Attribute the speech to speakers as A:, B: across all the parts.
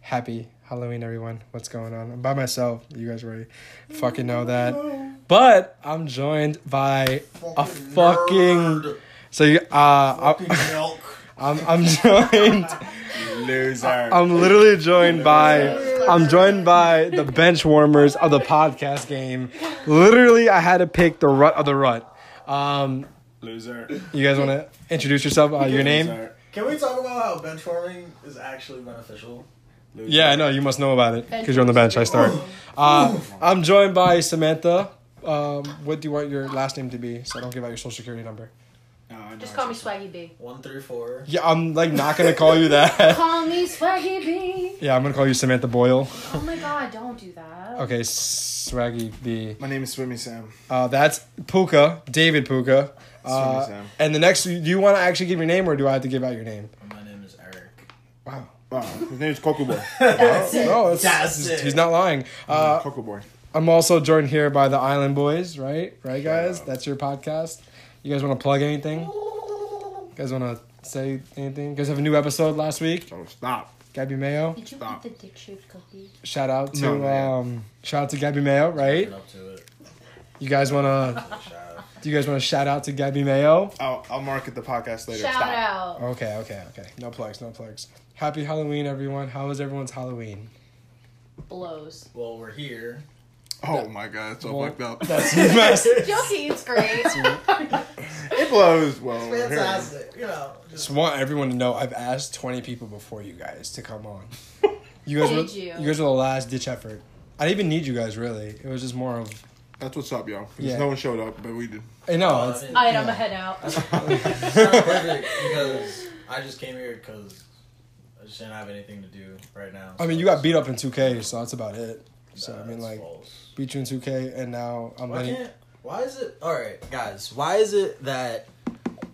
A: Happy Halloween, everyone. What's going on? I'm by myself. You guys already fucking know that. But I'm joined by a fucking.
B: nerd.
A: So you, uh,
B: Fucking
A: I-
B: milk.
A: I'm I'm joined.
C: Loser.
A: I'm literally joined by. I'm joined by the bench warmers of the podcast game. Literally, I had to pick the rut of the rut. Um,
C: Loser.
A: you guys want to introduce yourself? Uh, your name?
C: Loser.
B: Can we talk about how bench farming is actually beneficial?
C: Loser.
A: Yeah, I know. You must know about it because you're on the bench. I start. Uh, I'm joined by Samantha. Um, what do you want your last name to be? So I don't give out your social security number.
C: No, I know
D: Just call me
C: it's-
D: Swaggy B.
B: One three four.
A: Yeah, I'm like not gonna call you that.
D: Call me Swaggy B.
A: yeah, I'm gonna call you Samantha Boyle.
D: Oh my god, don't do that.
A: Okay, Swaggy B.
C: My name is Swimmy Sam.
A: Uh, that's Puka, David Puka. Uh,
C: Swimmy Sam.
A: and the next, do you want to actually give your name, or do I have to give out your name?
B: My name is Eric.
A: Wow.
C: Wow, his name is Coco Boy.
B: That's
A: No, it's,
B: That's
A: Oh, he's,
B: it.
A: he's not lying. Uh,
C: Coco Boy.
A: I'm also joined here by the Island Boys, right? Right, guys? That's your podcast. You guys want to plug anything? You guys want to say anything? You guys have a new episode last week.
C: Don't stop.
A: Gabby Mayo.
D: Did you
C: Stop.
D: want the dick shaped cookie?
A: Shout out to
C: No, man.
A: um, shout out to Gabby Mayo, right?
B: Get up to it.
A: You guys want to
B: Shout.
A: do you guys want to shout out to Gabby Mayo?
C: I'll, I'll market the podcast later.
D: Shout
C: stop.
D: out.
A: Okay, okay, okay. No plugs, no plugs. Happy Halloween, everyone. How was everyone's Halloween? Oh.
D: Blows.
B: Well, we're here.
C: Oh my god, it's all
A: Well,
C: fucked up.
A: That's messed.
D: Joking, it's great.
C: It blows. Well,
B: It's
C: we're here.
B: fantastic. You know, just
A: Just want everyone to know I've asked 20 people before you guys to come on. You guys, were,
D: Thank you.
A: guys were the last ditch effort. I didn't even need you guys really. It was just more of
C: That's what's up, y'all. Because
A: Yeah.
C: no one showed up, but we did.
A: I know
B: Oh,
A: it's
B: I
D: Alright,
A: yeah.
D: I'm gonna head out.
B: it's kind of perfect because I just came here because I just didn't have anything to do right now.
A: I mean, you got beat up in 2K, so that's about it. So I mean,
B: That's
A: like
B: false.
A: beat you in 2K, and now I'm
B: Why
A: letting.
B: can't? Why is it? All right, guys. Why is it that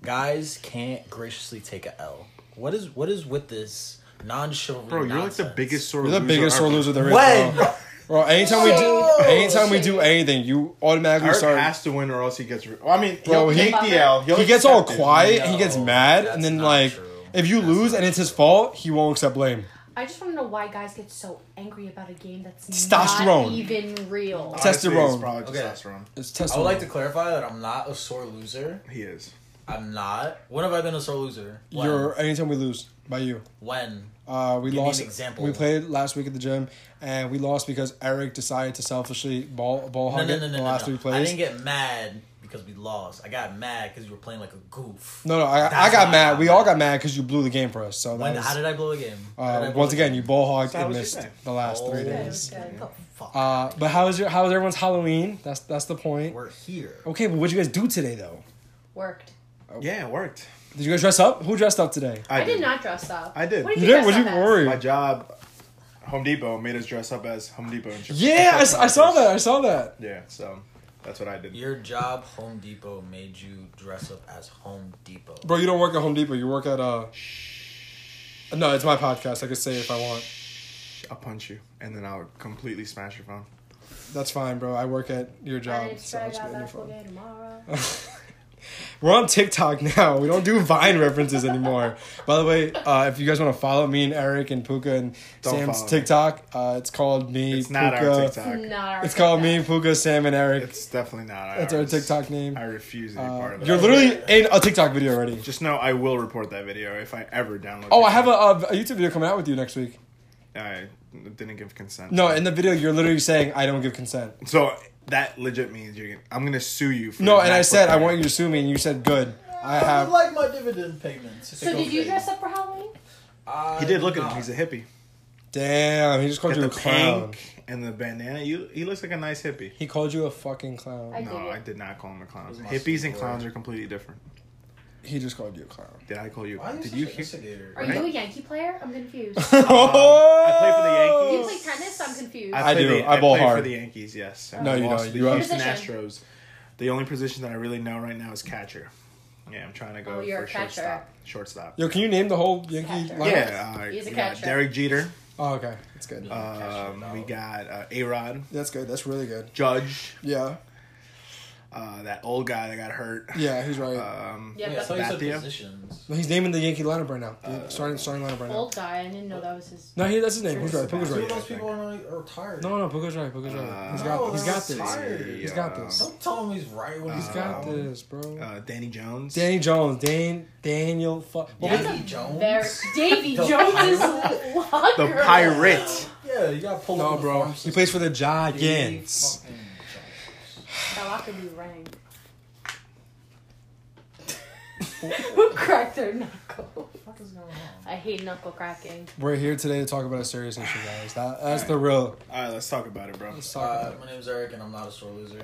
B: guys can't graciously take a L? What is what is with this nonchalant?
C: Bro, you're like the biggest sore
A: You're the biggest sore loser there is.
B: When?
A: Bro. Bro, anytime we do,
B: Shame.
A: anytime we do anything, you automatically
C: Eric
A: start.
C: has to win or else he gets. Re- well, I mean,
A: Bro,
C: he'll
A: he-
C: take the L. He'll
A: He gets all
C: accept it.
A: quiet, he gets
B: No,
A: mad, and
B: that's
A: then
B: not
A: like,
B: true.
A: if you
B: That's
A: lose
B: not
A: and it's his
B: true.
A: fault, he won't accept blame.
D: I just want to know why guys get so angry about a game that's
A: Testosterone.
D: not even real.
A: Test-
C: Honestly,
A: Testosterone.
C: it's probably
B: Okay.
C: testosterone.
A: It's test.
B: I would like to clarify that I'm not a sore loser.
C: He is.
B: I'm not. When have I been a sore loser? When?
A: You're anytime we lose by you.
B: when?
A: Uh, we
B: Give me an
A: lost.
B: example.
A: We played last week at the gym, and we lost because Eric decided to selfishly ball ball
B: No,
A: hug
B: no,
A: it
B: no,
A: Oh,
B: no,
A: the
B: no,
A: last
B: no.
A: three plays.
B: I didn't get mad because we lost. I got mad because you were playing like a goof.
A: no, no, I, I
B: That's
A: got
B: why I
A: mad.
B: got
A: We all
B: mad.
A: got mad because you blew the game for us. So that
B: When?
A: was,
B: how did I blow a game? How did I
A: uh,
B: blow
A: once
B: a
A: again,
B: game?
A: you ball hogged
C: So how
A: and
C: was your
A: missed
C: day?
A: the last
B: Oh,
A: three
B: yeah,
A: days.
D: okay.
B: What the fuck?
A: Uh, but how was your how was everyone's Halloween? That's that's the point.
B: we're here.
A: Okay, but what'd you guys do today though?
D: Worked.
A: Oh.
C: Yeah, it worked.
A: Did you guys dress up? Who dressed up today?
D: I, did not dress up.
C: I did.
D: What did
A: You
D: you,
A: did. What
D: dress
A: you
D: up as?
C: My
A: worry?
C: job, Home Depot, made us dress up as Home Depot. And shit.
A: Yeah, I, s- I saw that. I saw that.
C: Yeah, so that's what I did.
B: Your job, Home Depot, made you dress up as Home Depot.
A: Bro, you don't work at Home Depot. You work at uh. No, it's my podcast. I could say it if I want.
C: I'll punch you, and then I'll completely smash your phone.
A: That's fine, bro. I work at your
D: I
A: job.
D: need to
A: So
D: try
A: it's
D: out
A: good.
D: that full game tomorrow.
A: We're on TikTok now. We don't do Vine references anymore. By the way, uh, if you guys want to follow me and Eric and Puka and
C: Don't
A: Sam's
C: follow me.
A: Tiktok, uh, it's called me.
C: It's not
A: Puka.
C: our
D: It's
C: TikTok.
D: not our
A: It's called me,
D: TikTok.
A: Puka, Sam, and Eric.
C: It's definitely not ours.
A: That's our TikTok name.
C: I refuse to be part
A: Uh,
C: of it.
A: you're literally in a TikTok video already.
C: Just know I will report that video if I ever download.
A: Oh,
C: it.
A: I have a, a a YouTube video coming out with you next week.
C: I didn't give consent.
A: No, in the video you're literally saying I don't give consent.
C: so that legit means you're. Gonna, I'm gonna sue you. For
A: No, and I said I want you to sue me, and you said good. I have.
B: like my dividend payments.
D: So did you dress up for Halloween?
C: He did look at him. He's a hippie.
A: Damn, he just called
C: Got
A: you a
C: the
A: clown.
C: pink and the bandana. You, he looks like a nice hippie.
A: He called you a fucking clown.
D: I-
C: No,
D: did it.
C: I did not call him a clown.
B: It was my
C: Hippies and
B: skateboard.
C: clowns are completely different.
A: He just called you a clown.
C: Did I call you?
B: Why are you
C: did
B: such
C: you
B: you
C: hear?
B: instigator?
D: Are you a Yankee player? I'm confused.
C: Um, I play
D: Do you
C: for the
D: play
C: Yankees.
D: tennis? I'm confused.
A: I
C: play
A: do.
C: The,
A: I ball
C: play
A: hard.
C: for the Yankees. Yes.
A: No, you
C: lost
A: don't.
C: to
A: You
C: the
A: are-
C: Houston
D: Position.
C: Astros. The only position that I really know right now is catcher. Yeah, I'm trying to go
D: Oh, you're
C: for
D: a catcher.
C: shortstop. Shortstop.
A: Yo, can you name the whole Yankee
D: Catcher.
A: lineup?
C: yeah, uh,
D: He's a
C: we got
D: catcher.
C: Derek Jeter.
A: Oh, okay. That's good.
C: Um, we got uh, A Rod,
A: That's good. That's really good.
C: Judge,
A: Yeah.
C: uh, that old guy that got hurt.
A: Yeah, he's right.
C: Um,
D: Yeah,
B: Wait, I
D: but
B: thought you said
C: Bathia?
B: positions.
A: He's naming the Yankee lineup right now.
C: uh,
A: The starting starting lineup right now.
D: old guy. I didn't know that was his.
A: No, he, that's his name. He's right. Puka's
B: Two of
A: right.
B: those people are, not, are tired.
A: No, no, Puka's right. Puka's
C: Uh,
A: right. He's
B: No,
A: got. He's got
B: they're tired.
A: this. Uh, He's got this.
B: Don't tell him he's right when
A: He's
B: he's
A: got
B: wrong.
A: this, bro.
C: Uh, Danny Jones.
A: Danny Jones, Dan, Daniel. Fu- well,
B: Davy
A: we-
B: Jones.
D: There, Davy
B: The
D: Jones is
B: pirate?
D: locker.
C: the pirate.
B: Yeah, you got pulled.
A: no,
B: up
A: bro.
B: in the
A: He plays for the
B: farm system.
A: Giants.
B: Fucking
D: That locker be rang. Who cracked their knuckle?
B: What is going on?
D: I hate knuckle cracking.
A: We're here today to talk about a serious issue, guys. That, that's the real.
C: All right, let's talk about it, bro.
A: Let's talk
B: Uh,
A: about
B: my name's Eric, and I'm not a sore loser.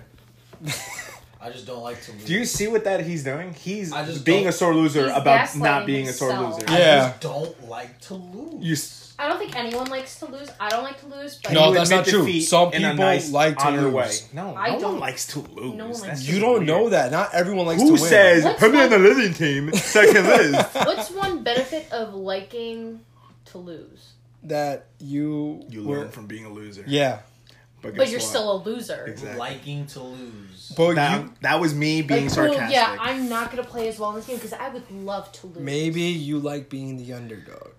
B: I just don't like to lose.
C: Do you see what that he's doing? He's
B: I just
C: being
B: don't-
C: a sore loser
D: He's
C: about not
D: gaslighting
C: being a sore
D: himself.
C: loser.
B: I
A: Yeah.
B: just don't like to lose.
C: You s-
D: I don't think anyone likes to lose. I don't like to lose, but
A: No,
C: you
A: that's
C: admit
A: not true.
C: defeat
A: Some
C: in a
A: people like to
C: honored
A: lose.
C: No,
D: I
C: no one
D: don't-
C: likes to lose.
D: no one likes
A: it.
D: to
A: You don't know
C: that.
A: that. Not everyone likes to
C: Who
A: win.
C: says
D: What's
C: put me on
D: like-
C: the losing team so I can lose?
D: what's one benefit of liking to lose?
A: that you?
C: You
A: were-
C: learn from being a loser.
A: Yeah,
D: But
C: guess
D: you're
C: what?
D: still a loser.
C: Exactly.
B: Liking to lose.
A: but
C: That,
A: you
C: that was me being
D: Like, well,
C: sarcastic.
D: yeah, I'm not gonna play as well in this game because I would love to lose.
A: maybe you like being the underdog.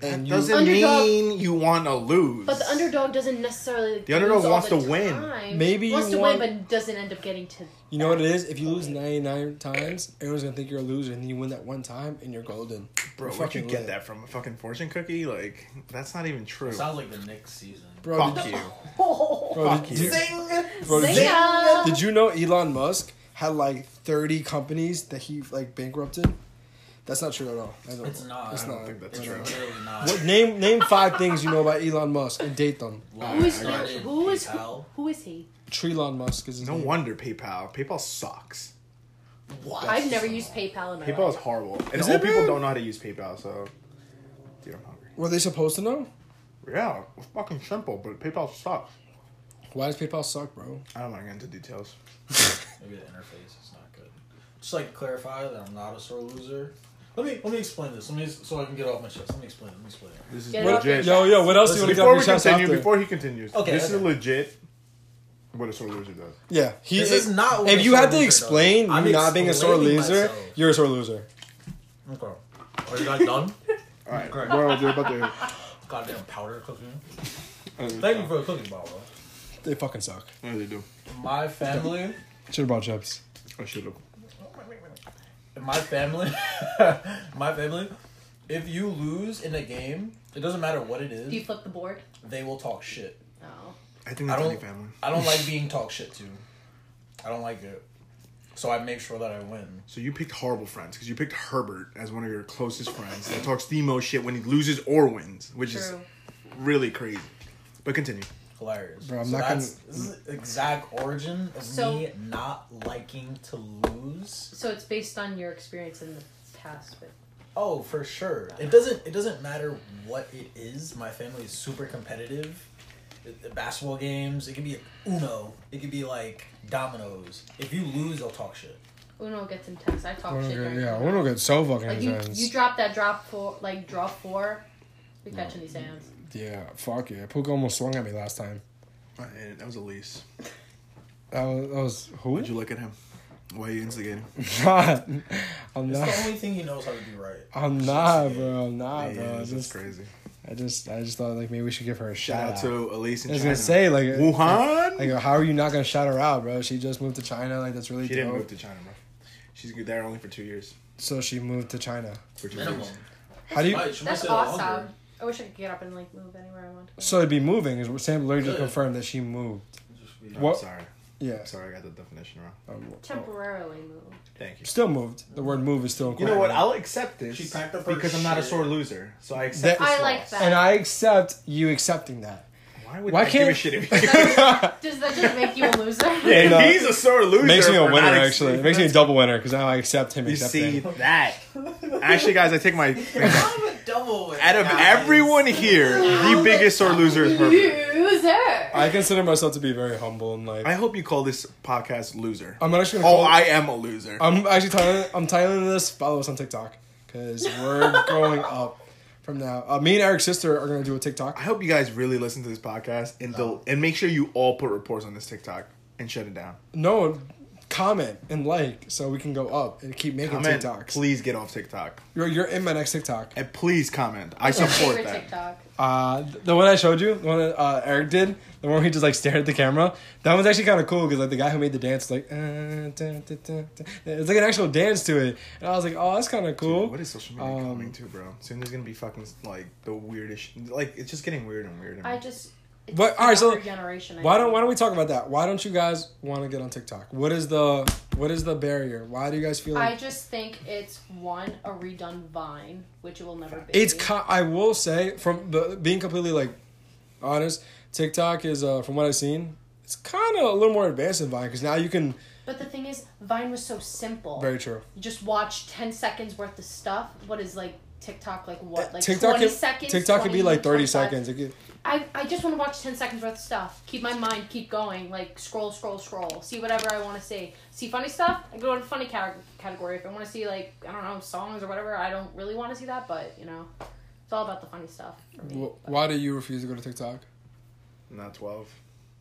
C: that
A: And you-
C: doesn't
D: Underdog-
C: mean you want to lose.
D: But the underdog doesn't necessarily.
C: The underdog
D: lose all
C: wants
D: the
C: to win.
D: time.
A: Maybe you
D: wants to
A: want-
D: win, but doesn't end up getting to.
A: You know what it is? If you lose 99 times, everyone's going to think you're a loser, and then you win that one time, and you're golden.
C: Bro,
A: You're
C: where'd you
A: fucking
C: get
A: lit.
C: that from? A fucking fortune cookie? Like, that's not even true.
B: It sounds like the Knicks season.
A: Bro,
C: Fuck
A: did,
C: you.
A: bro,
C: Fuck
A: did,
C: you.
A: did,
B: Zing!
A: bro, did-
D: Zing!
A: did you know Elon Musk had like 30 companies that he like bankrupted? That's not true at all. That's
B: It's not.
A: It's
B: I don't
A: not.
C: think that's
A: It's
C: true.
A: not.
B: Literally not.
A: What, name name five things you know about Elon Musk and date them.
D: Who is he?
B: Started
D: Who is he?
B: PayPal.
D: Who is he?
A: Trelon Musk is his
C: No
A: name.
C: wonder PayPal. PayPal sucks.
B: What?
D: I've never used PayPal in my
C: PayPal is
D: life.
C: horrible. And
A: Is
C: old
A: it,
C: people
A: man?
C: don't know how to use PayPal, so. Dude, I'm hungry.
A: Were they supposed to know?
C: Yeah, it's fucking simple, but PayPal sucks.
A: Why does PayPal suck, bro?
C: I don't want to get into details.
B: Maybe the interface is not good. Just like to clarify that I'm not a sore loser. Let me let me explain this. Let me so I can get off my chest. Let me explain. Let me explain. it.
C: This is
D: Get it off your
C: legit.
A: Yo, yo, what else do you want to get
C: before
A: off
C: we
A: your chest
C: continue,
A: after?
C: before he continues,
B: Okay,
C: this is
B: okay.
C: legit what a sore loser does.
A: Yeah, he
B: This is not what
A: If
B: a
A: you
B: sore
A: had to
B: loser
A: explain
B: does.
A: you
B: I'm
A: not being a sore
B: explaining
A: loser,
B: myself.
A: you're a sore loser.
B: Okay. Are you guys done?
C: All right,
B: Great.
C: bro, they're about to.
B: Goddamn powder cooking.
C: Uh,
B: Thank you for the cooking bottle.
A: They fucking suck.
C: No, they do.
B: My family.
A: Should have brought chips.
C: I should have.
B: my family, my family, if you lose in a game, it doesn't matter what it
D: Do you
B: is,
D: flip the board? Oh,
B: they will talk shit.
D: No.
C: I think
B: I
C: that's any
B: don't.
C: family.
B: I don't like being talked shit to. I don't like it, so I make sure that I win.
C: So you picked horrible friends because you picked Herbert as one of your closest friends that talks the most shit when he loses or wins, which is
D: True.
C: really crazy. But continue.
B: Hilarious.
A: Bro, I'm
B: so
A: not gonna-
B: that's this is the exact origin of
D: So-
B: me not liking to lose.
D: So it's based on your experience in the past with
B: Oh, for sure. It doesn't. It doesn't matter what it is. My family is super competitive. It- the Basketball games. It could be Uno. It could be like dominoes. If you lose, they'll talk shit.
D: Uno gets intense. I
B: Oh,
D: talk
A: Uno
D: shit.
A: get,
D: during
A: yeah,
D: Uno.
A: Uno gets so fucking
D: Like you,
A: intense.
D: you drop that drop four, like draw four. We catching these hands.
A: yeah, fuck yeah. Puka almost swung at me last time.
C: Uh, and that was Elise.
A: That was, that was who?
C: Would you look at him? Why are you instigating?
A: God, I'm
B: It's
A: not.
B: the only thing he knows how to do right.
A: I'm not, bro. I'm not,
C: Yeah,
A: bro. I
C: that's
A: just,
C: crazy.
A: I just, I just thought like maybe we should give her a shout,
C: Shout out
A: out.
C: to Elise and
A: I was
C: China.
A: gonna say like, uh,
C: Wuhan.
A: like, uh, how are you not gonna shout her out, bro? She just moved to China. Like that's really
C: she
A: dope.
C: didn't move to China, bro. She's there only for two years.
A: so she moved to China.
C: For two
B: Minimum.
C: years.
A: How do you?
B: Right, she must
D: That's
B: have done
D: awesome.
B: longer.
D: I wish I could get up and like move anywhere I want. To.
A: So it'd be moving. Is Sam literally just
B: Good.
A: confirmed that she moved.
B: Just be-
C: No,
A: What-
C: I'm sorry.
A: Yeah.
C: I'm sorry, I got the definition wrong.
A: Um,
D: Temporarily move.
C: Thank you.
A: still moved. The word "move" is still.
C: You know what? I'll accept this
B: She packed up her
C: because I'm not a
B: shit.
C: sore loser. So I
A: That-
C: accept. this
D: I like
C: loss.
D: that.
A: and I accept you accepting that.
C: Why would
A: Why
C: I give a
A: can't-
C: shit if you?
D: Does that just make you a loser?
C: And
A: No.
C: he's a sore loser.
A: makes me a
C: for
A: winner.
C: not ex-
A: Actually, it makes me a double winner because now I accept him.
C: You
A: accepting.
C: see that? Actually, guys, I take my.
B: Kind of a double. with
C: Out of
B: guys.
C: everyone here, the biggest sore loser is Herbert.
D: Loser.
A: I consider myself to be very humble in life.
C: I hope you call this podcast loser.
A: I'm actually gonna
C: oh,
A: call.
C: I am a loser.
A: I'm actually titling. I'm titling this. Follow us on TikTok because we're going up from now. Uh, me and Eric's sister are gonna do a
C: I
A: TikTok.
C: hope you guys really listen to this
A: Oh.
C: podcast and del- and make sure you all put reports on this TikTok and shut it down.
A: No, comment and like so we can go up and keep making
C: Comment.
A: TikToks.
C: Please get off TikTok.
A: You're, you're in my next TikTok.
C: And please comment. I
D: What's your
C: support
D: favorite
C: that.
D: TikTok?
A: Uh, th- the one I showed you, the one that uh, Eric did, the one where he just like stared at the camera. That one's actually kind of cool because like the guy who made the dance, like uh, dun, dun, dun, dun. it's like an actual dance to it, and I was like, oh, that's kind of cool.
C: Dude, what is social media
A: Um,
C: coming to, bro? Soon there's gonna be fucking like the weirdest. Like it's just getting weird and weird. And
D: I just. it's
A: What- all right, so
D: another generation. I
A: why don't
D: think.
A: Why don't we talk about that? Why don't you guys want to get on TikTok? What is the What is the barrier? Why do you guys feel like
D: I just think it's one a redone Vine, which it will never be.
A: It's ki I will say from the, being completely like honest, TikTok is uh, from what I've seen, it's kind of a little more advanced than Vine because now you can
D: but the thing is, Vine was so simple.
A: very true.
D: you just watch ten seconds worth of stuff. What is like TikTok? Like what? Like
A: Uh, TikTok
D: twenty
A: could-
D: seconds.
A: TikTok could be
D: 20,
A: like thirty
D: 25.
A: seconds. It could,
D: I, I just want to watch 10 seconds worth of stuff. Keep my mind, keep going. Like, scroll, scroll, scroll. See whatever I want to see. See funny stuff? I go to the funny cate- category. If I want to see, like, I don't know, songs or whatever, I don't really want to see that, but, you know, it's all about the funny stuff for me.
A: wh- why do you refuse to go to TikTok?
C: not twelve.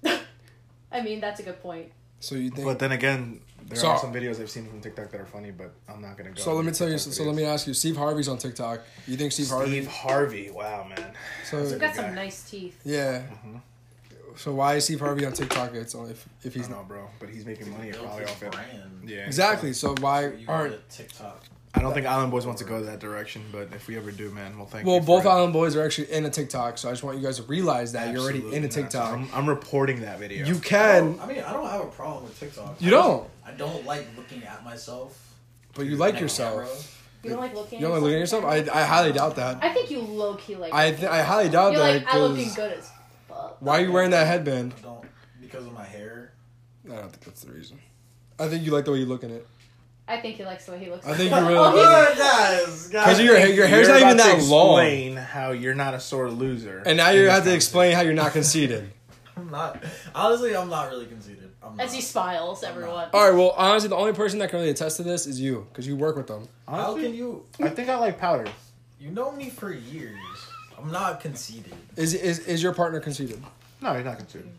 D: I mean, that's a good point.
A: So you think?
C: But then again, there
A: So-
C: are some videos I've seen from TikTok that are funny, but I'm not gonna go.
A: so let me tell you. So,
C: TikTok
A: let me
C: videos.
A: ask you. Steve Harvey's on TikTok. You think Steve,
C: Steve
A: Harvey?
C: Harvey. Wow, man.
D: You've
A: So
D: got
C: guy.
D: some nice teeth.
A: yeah.
C: Mhm.
A: So why is Steve Harvey on TikTok? It's only if, if
C: I
A: he's
C: don't
A: not.
C: know, bro, but he's making money
B: Built
C: probably
B: his
C: off it.
B: brand.
C: Yeah,
A: Exactly. So
B: So
A: why
B: you go
A: aren't?
B: to TikTok.
C: I don't think Island Boys wants to go that direction, but if we ever do, man, well, thank
A: Well,
C: you. for
A: both
C: it.
A: Island Boys are actually in a TikTok. So I just want you guys to realize that you're already
C: Absolutely Oh,
A: in a
C: not.
A: TikTok.
C: I'm, I'm reporting that video.
A: You can,
B: I mean, I don't have a problem with TikTok.
A: You don't?
B: I don't like looking at myself.
A: but you like
B: in a camera.
A: yourself.
D: You don't like looking
A: You don't like looking at yourself? I, I highly doubt that.
D: I think you low key like
A: I th- I highly doubt
D: You're
A: that.
D: like, I'm looking
A: 'cause
D: good as fuck.
A: why are you wearing that headband?
B: I don't because of my hair.
A: I don't think that's the reason. I think you like the way you look in it.
D: I think he likes the way he looks.
A: I think you really
D: Oh,
A: like
B: guys,
D: he's-
A: Because your hair- your hair's
C: You're
A: not even
C: about to
A: that long,
C: Explain how you're not a sore loser.
A: and now you
C: in
A: have to
C: this
A: explain how you're not conceited.
B: I'm not. Honestly, I'm not really conceited. I'm not.
D: As he smiles, everyone.
A: All right. Well, honestly, the only person that can really attest to this is you, because you work with them.
B: How
C: conversation.
B: can you?
C: Honestly, I think I like powder.
B: You know me for years. I'm not conceited.
A: Is is is your partner conceited?
C: No, you're not considered.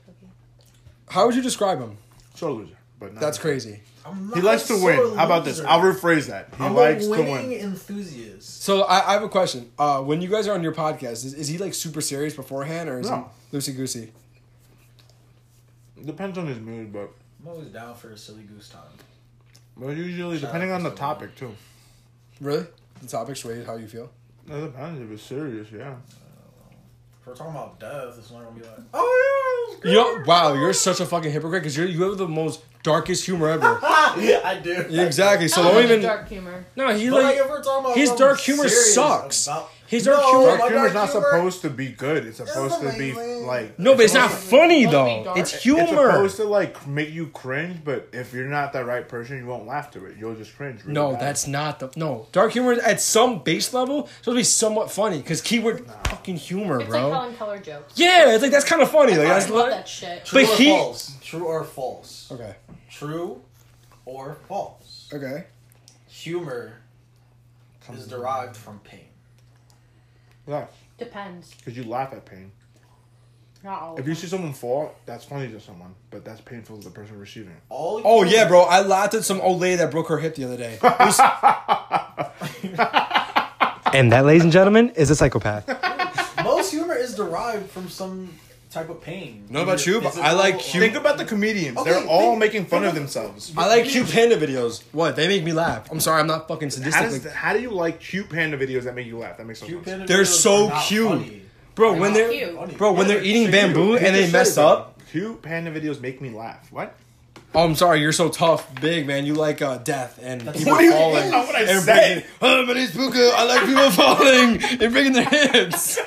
A: How would you describe him?
C: Sore loser, but not
A: That's crazy.
B: I'm not
C: He likes
B: a
C: to
B: sore
C: win. How about this?
B: loser.
C: I'll rephrase that. He
B: I'm
C: likes
B: a
C: to
B: winning
C: win.
B: enthusiast.
A: So I, I have a question. Uh, when you guys are on your podcast, is, is he like super serious beforehand, or is
C: No.
A: he loosey goosey?
C: Depends on his mood, but
B: I'm always down for a silly goose time.
C: but usually
B: Shout
C: depending
B: out
C: on the
B: to
C: topic too.
A: Really? The topic swayed how you feel.
C: It depends if it's serious. Yeah.
B: If we're talking about death, it's not gonna be like, oh yeah, it was
A: You know, wow, you're such a fucking hypocrite because you you have the most darkest humor ever.
B: great." yeah, I do.
A: Yeah, exactly. So
D: I
A: don't
D: like
A: even.
D: dark humor.
A: No, he
B: But
A: like.
B: like, if we're talking about
A: his
B: something
A: dark humor
B: serious
A: sucks.
B: about-
A: His dark
B: No,
A: humor-
B: my
C: Dark humor's not
B: humor-
C: supposed to be good. It's supposed to be
B: amazing.
C: like
A: no, but it's not
C: supposed to-
A: funny
D: Must be
A: though.
D: dark.
A: It's
D: It's
A: humor.
C: It's supposed to like make you cringe, but if you're not that right person, you won't laugh to it. You'll just cringe. really
A: No,
C: bad.
A: that's not the no. Dark humor is at some base level it's supposed to be somewhat funny because keyword fucking humor,
D: It's
A: bro.
D: like telling color jokes.
A: yeah, it's like that's kind of funny. Like
D: I
A: that's
D: love
A: li-
D: that shit.
B: True
A: But
B: or
A: he-
B: false. True or false.
A: okay,
B: True or false.
A: okay.
B: Humor is derived from pain.
C: yeah,
D: Depends.
C: because you laugh at pain.
D: Not all.
C: If you see someone fall, that's funny to someone, but that's painful to the person receiving. it.
B: All
A: Oh
B: humor-
A: yeah, bro. I laughed at some old lady that broke her hip the other day. It was- and that, ladies and gentlemen, is a psychopath.
B: Most humor is derived from some type of pain.
A: Not about
B: Either
A: you, but
B: physical
A: I like
B: or-
A: humor.
C: Think about the comedians;
B: Okay,
C: they're all
B: think-
C: making fun
B: think
C: of
B: of-
C: themselves.
A: I like cute panda videos. What? They make me laugh. I'm sorry, I'm not fucking sadistic.
C: How,
A: like-
C: does, how do you like cute panda videos that make you laugh? That makes no
B: Cute
C: sense.
B: panda
A: They're
B: videos
A: so
B: are not
A: cute.
B: funny.
A: bro, when
D: not
A: they're
D: cute.
B: Funny.
A: bro when
B: Yeah,
A: they're eating
C: Cute.
A: bamboo
C: He
A: and they
C: just said
A: mess
C: it, bro.
A: up.
C: Cute panda videos make me laugh. What?
A: Oh, I'm sorry, you're so tough, big man. You like uh, death and people
B: what do you
A: falling.
B: mean? That's
C: what I
A: and
C: said.
A: breaking- oh, my name's Puka. I like people falling and breaking their hips.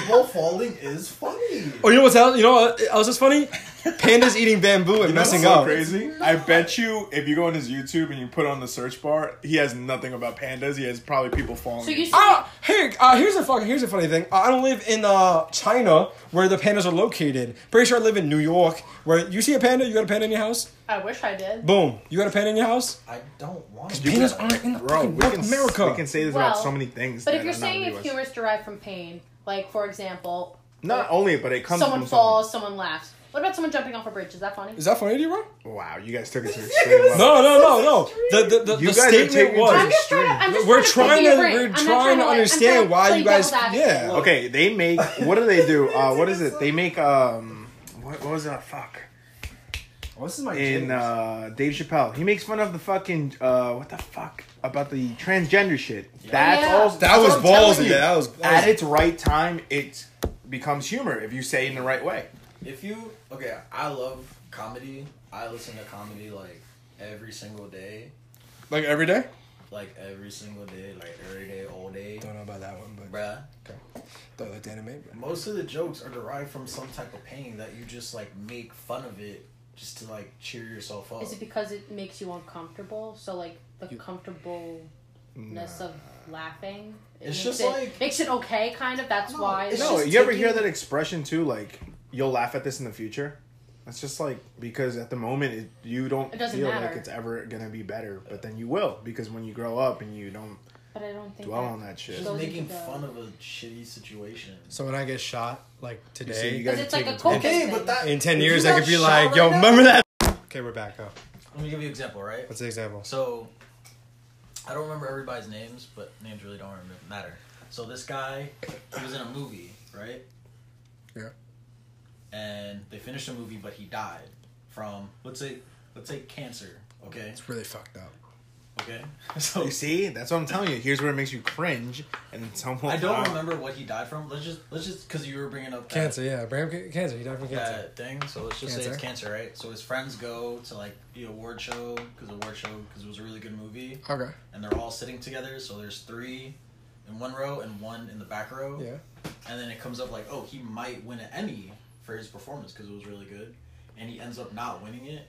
B: People falling is funny.
A: Oh, you know what's else? You know what else is funny? Pandas eating bamboo and messing
C: so
A: up.
C: Crazy. I bet you if you go on his YouTube and you put on the search bar, he has nothing about pandas. He has probably people falling.
D: So you see,
A: Ah, hey, uh, here's a fucking here's a funny thing. I don't live in uh, China where the pandas are located. Pretty sure I live in New York where you see a panda, you got a panda in your house.
D: I wish I did.
A: Boom, you got a panda in your house.
B: I don't want to.
A: Pandas aren't in the
C: Bro,
A: fucking
C: we
A: North
C: can,
A: America.
C: we can say this about
D: Well,
C: so many things.
D: But if
C: that
D: you're
C: are not
D: saying
C: in
D: if
C: the US.
D: humor is derived from pain, like for example,
C: Not only, but it comes
D: someone
C: from
D: falls, someone laughs. What about someone jumping off a bridge? Is that funny?
A: Is that funny to you, bro?
C: Wow, you guys took it to extreme level.
A: No, no, no, no. The the, the,
C: You
A: the
C: guys are
A: statement
C: taking it
A: was
D: I'm just trying to. I'm just
A: we're
D: trying
A: trying to
D: to, pick your brain.
A: we're
D: I'm not
A: trying to
D: like- I'm trying
A: understand
D: to
A: why
D: play
A: you guys
D: devil's advocate.
A: yeah.
C: Okay, they make what do they do? Uh, what is it? They make um, what, what was that? Fuck.
B: Oh, this is my
C: In uh, Dave Chappelle, he makes fun of the fucking uh, what the fuck about the transgender shit. That's
D: Yeah.
C: all.
D: That
C: that's
A: was
C: all I'm telling
A: ballsy.
C: you.
A: That was- that
C: at
A: was-
C: its right time. It becomes humor if you say it in the right way.
B: If you okay, I love comedy. I listen to comedy like every single day,
A: Like every day?
B: like every single day, like every day, all day,
A: Don't know about that one, but
B: bruh.
A: don't like the anime, bro.
B: Most of the jokes are derived from some type of pain that you just like make fun of it just to like cheer yourself up.
D: Is it because it makes you uncomfortable? So like the comfortableness of laughing. It
B: It's
D: makes
B: just
D: it,
B: like-
D: makes it okay, kind of. That's
B: No,
D: why.
B: it's
D: like-
C: No,
B: just
C: you ever
B: taking-
C: hear that expression too? Like you'll laugh at this in the future. That's just like because at the moment it, you don't
D: It doesn't
C: feel
D: matter.
C: like it's ever gonna be better, but then you will because when you grow up and you don't
D: but I don't think.
C: dwell
D: that-
C: on that
B: It's
C: shit.
B: just
D: Goes
B: making
D: into the-
B: fun of a shitty situation.
A: So when I get shot, like
C: see,
A: today
C: you guys
D: Because it's like
C: Taking
D: a
C: time.
D: COVID
B: Okay,
D: thing.
B: but that
A: in
B: if
A: ten
B: you
A: years I
B: got
A: could be
B: shot
A: like,
B: right
A: yo,
B: now-
A: remember that Okay, we're back up.
B: Let me give you an example, right?
A: What's the example?
B: So, I don't remember everybody's names, but names really don't remem- matter. So this guy, he was in a movie, right?
A: Yeah.
B: And they finished the movie, but he died from let's say let's say cancer. Okay.
A: It's really fucked up.
B: Okay. So
C: You see, that's what I'm telling you. Here's where it makes you cringe, and then someone.
B: I don't
C: Wow.
B: remember what he died from. Let's just let's just because you were bringing up that,
A: Cancer, yeah. Bram ca- cancer, he died from cancer.
B: that thing. So let's just say it's cancer, right? So his friends go to like the award show because the award show because it was a really good movie.
A: Okay.
B: and they're all sitting together. So there's three in one row and one in the back row.
A: Yeah.
B: And then it comes up like, oh, he might win an Emmy for his performance because it was really good, and he ends up not winning it.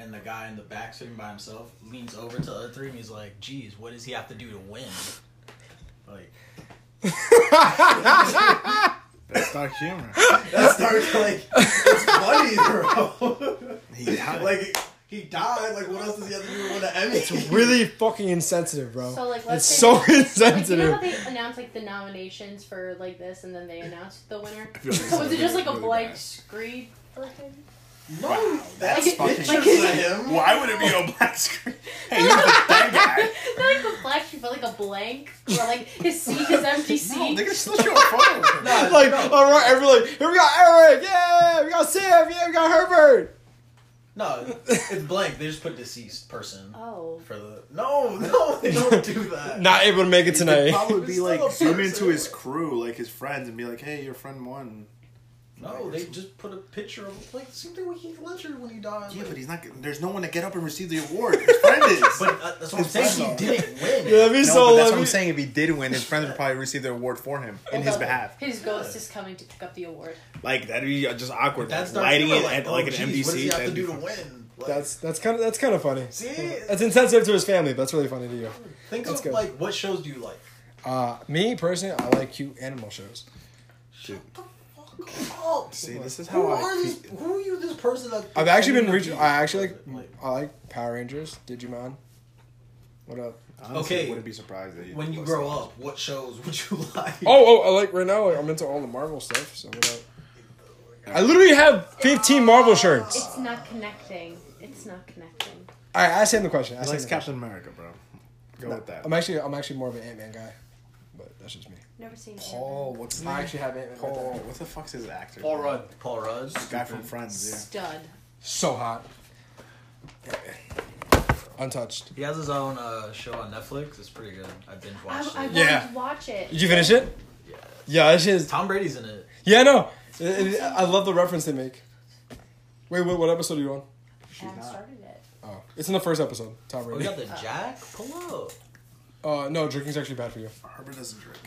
B: And the guy in the back sitting by himself leans over to the other three and he's like, "Geez, what does he have to do to win?" Like
C: That's dark humor.
B: that's not like it's funny, bro.
C: He died.
B: he died. Like what else does he have to do to win an Emmy?
A: It's really fucking insensitive, bro.
D: Oh. So like, let's
A: it's
D: say-
A: so
D: Like, you know
A: insensitive.
D: how they announce like the nominations for like this, and then they announce the winner.
C: feel like
D: so
C: this
D: was it
C: is
D: just like a
C: really
D: blank
C: bad.
D: screen? flipping?
B: no, that's
D: Like,
C: fucking-
B: pictures
D: like-
B: of him.
C: Why would it be a black screen? Hey, he's the bad guy.
D: Not like a black sheep, but like a blank, or like his seat, his empty
C: No,
D: seat.
C: they can still show a photo. of him.
A: like, all right, everyone, like, here we got Eric, yeah, we got Sam, yeah, we got Herbert.
B: No, it's blank. They just put deceased person.
D: oh,
B: For the no, no, they don't do that.
A: Not able to make it
C: It'd
A: tonight.
C: probably be
B: It's
C: like
B: still a
C: zoom
B: person.
C: into his crew, like his friends, and be like, "Hey, your friend won."
B: No, they just put a picture of like same thing with Heath Ledger when he died.
C: Yeah,
B: like-
C: but he's not. There's no one to get up and receive the award. His friend is.
B: but uh, that's what I'm
C: His
B: saying. He
C: friend
B: didn't win.
A: Let me
C: no,
A: so
C: but that's
A: let
C: what
A: me-
C: I'm saying. If he did win, his friends would probably receive the award for him in his
D: Although
C: behalf.
D: His ghost is coming to pick up the award.
C: Like that'd be just awkward.
B: That's Darth
C: lighting
B: Vader,
C: it at
B: oh,
C: like an
B: geez,
C: empty
B: What does he
C: seat.
B: have to
C: that'd be
B: do to
C: fun.
B: win? Like,
A: That's that's kind of that's kind of funny.
B: see,
A: That's insensitive to his family, but that's really funny to you.
B: think
A: that's
B: of
A: good.
B: like what shows do you like?
A: Uh, me personally, I like cute animal shows.
C: Shoot.
B: Oh,
C: See, this is how
B: who
C: I.
B: are these?
C: feel.
B: Who are you? This person that
A: I've actually been reaching. I actually like I like Power Rangers, Digimon. What up?
C: Honestly,
B: Okay.
C: I wouldn't be surprised that you
B: When you grow up, what shows would you like?
A: Oh, oh, I like right now. Like, I'm into all the Marvel stuff. So what up? I literally have 15 Marvel shirts.
D: It's not connecting. It's not connecting.
A: All right, ask him the question. Ask
C: He
A: him
C: likes
A: the question.
C: Captain America, bro. Go with that.
A: I'm actually I'm actually more of an Ant Man guy, but that's just me.
D: Never seen. it.
C: Paul, what's his name?
A: I actually have Ant Man.
C: Paul, what the fuck's his actor?
B: Paul Rudd.
C: Guy from Friends,
D: Stud.
A: So hot. Untouched.
B: He has his own uh, show on Netflix. It's pretty good. I binge
D: I,
B: watched
D: I
B: it.
D: wanted
A: Yeah.
D: to watch it.
A: Did you finish it? Yeah, that shit is.
B: Tom Brady's in it.
A: Yeah, no. I- I I love the reference they make. Wait, wait, what episode are you on?
D: I haven't started it.
A: Oh, it's in the first episode. Tom
B: Oh, we
A: Brady.
B: got the Jack. Pull up.
A: Uh, no, drinking's actually bad for you.
C: yeah. Herbert doesn't drink.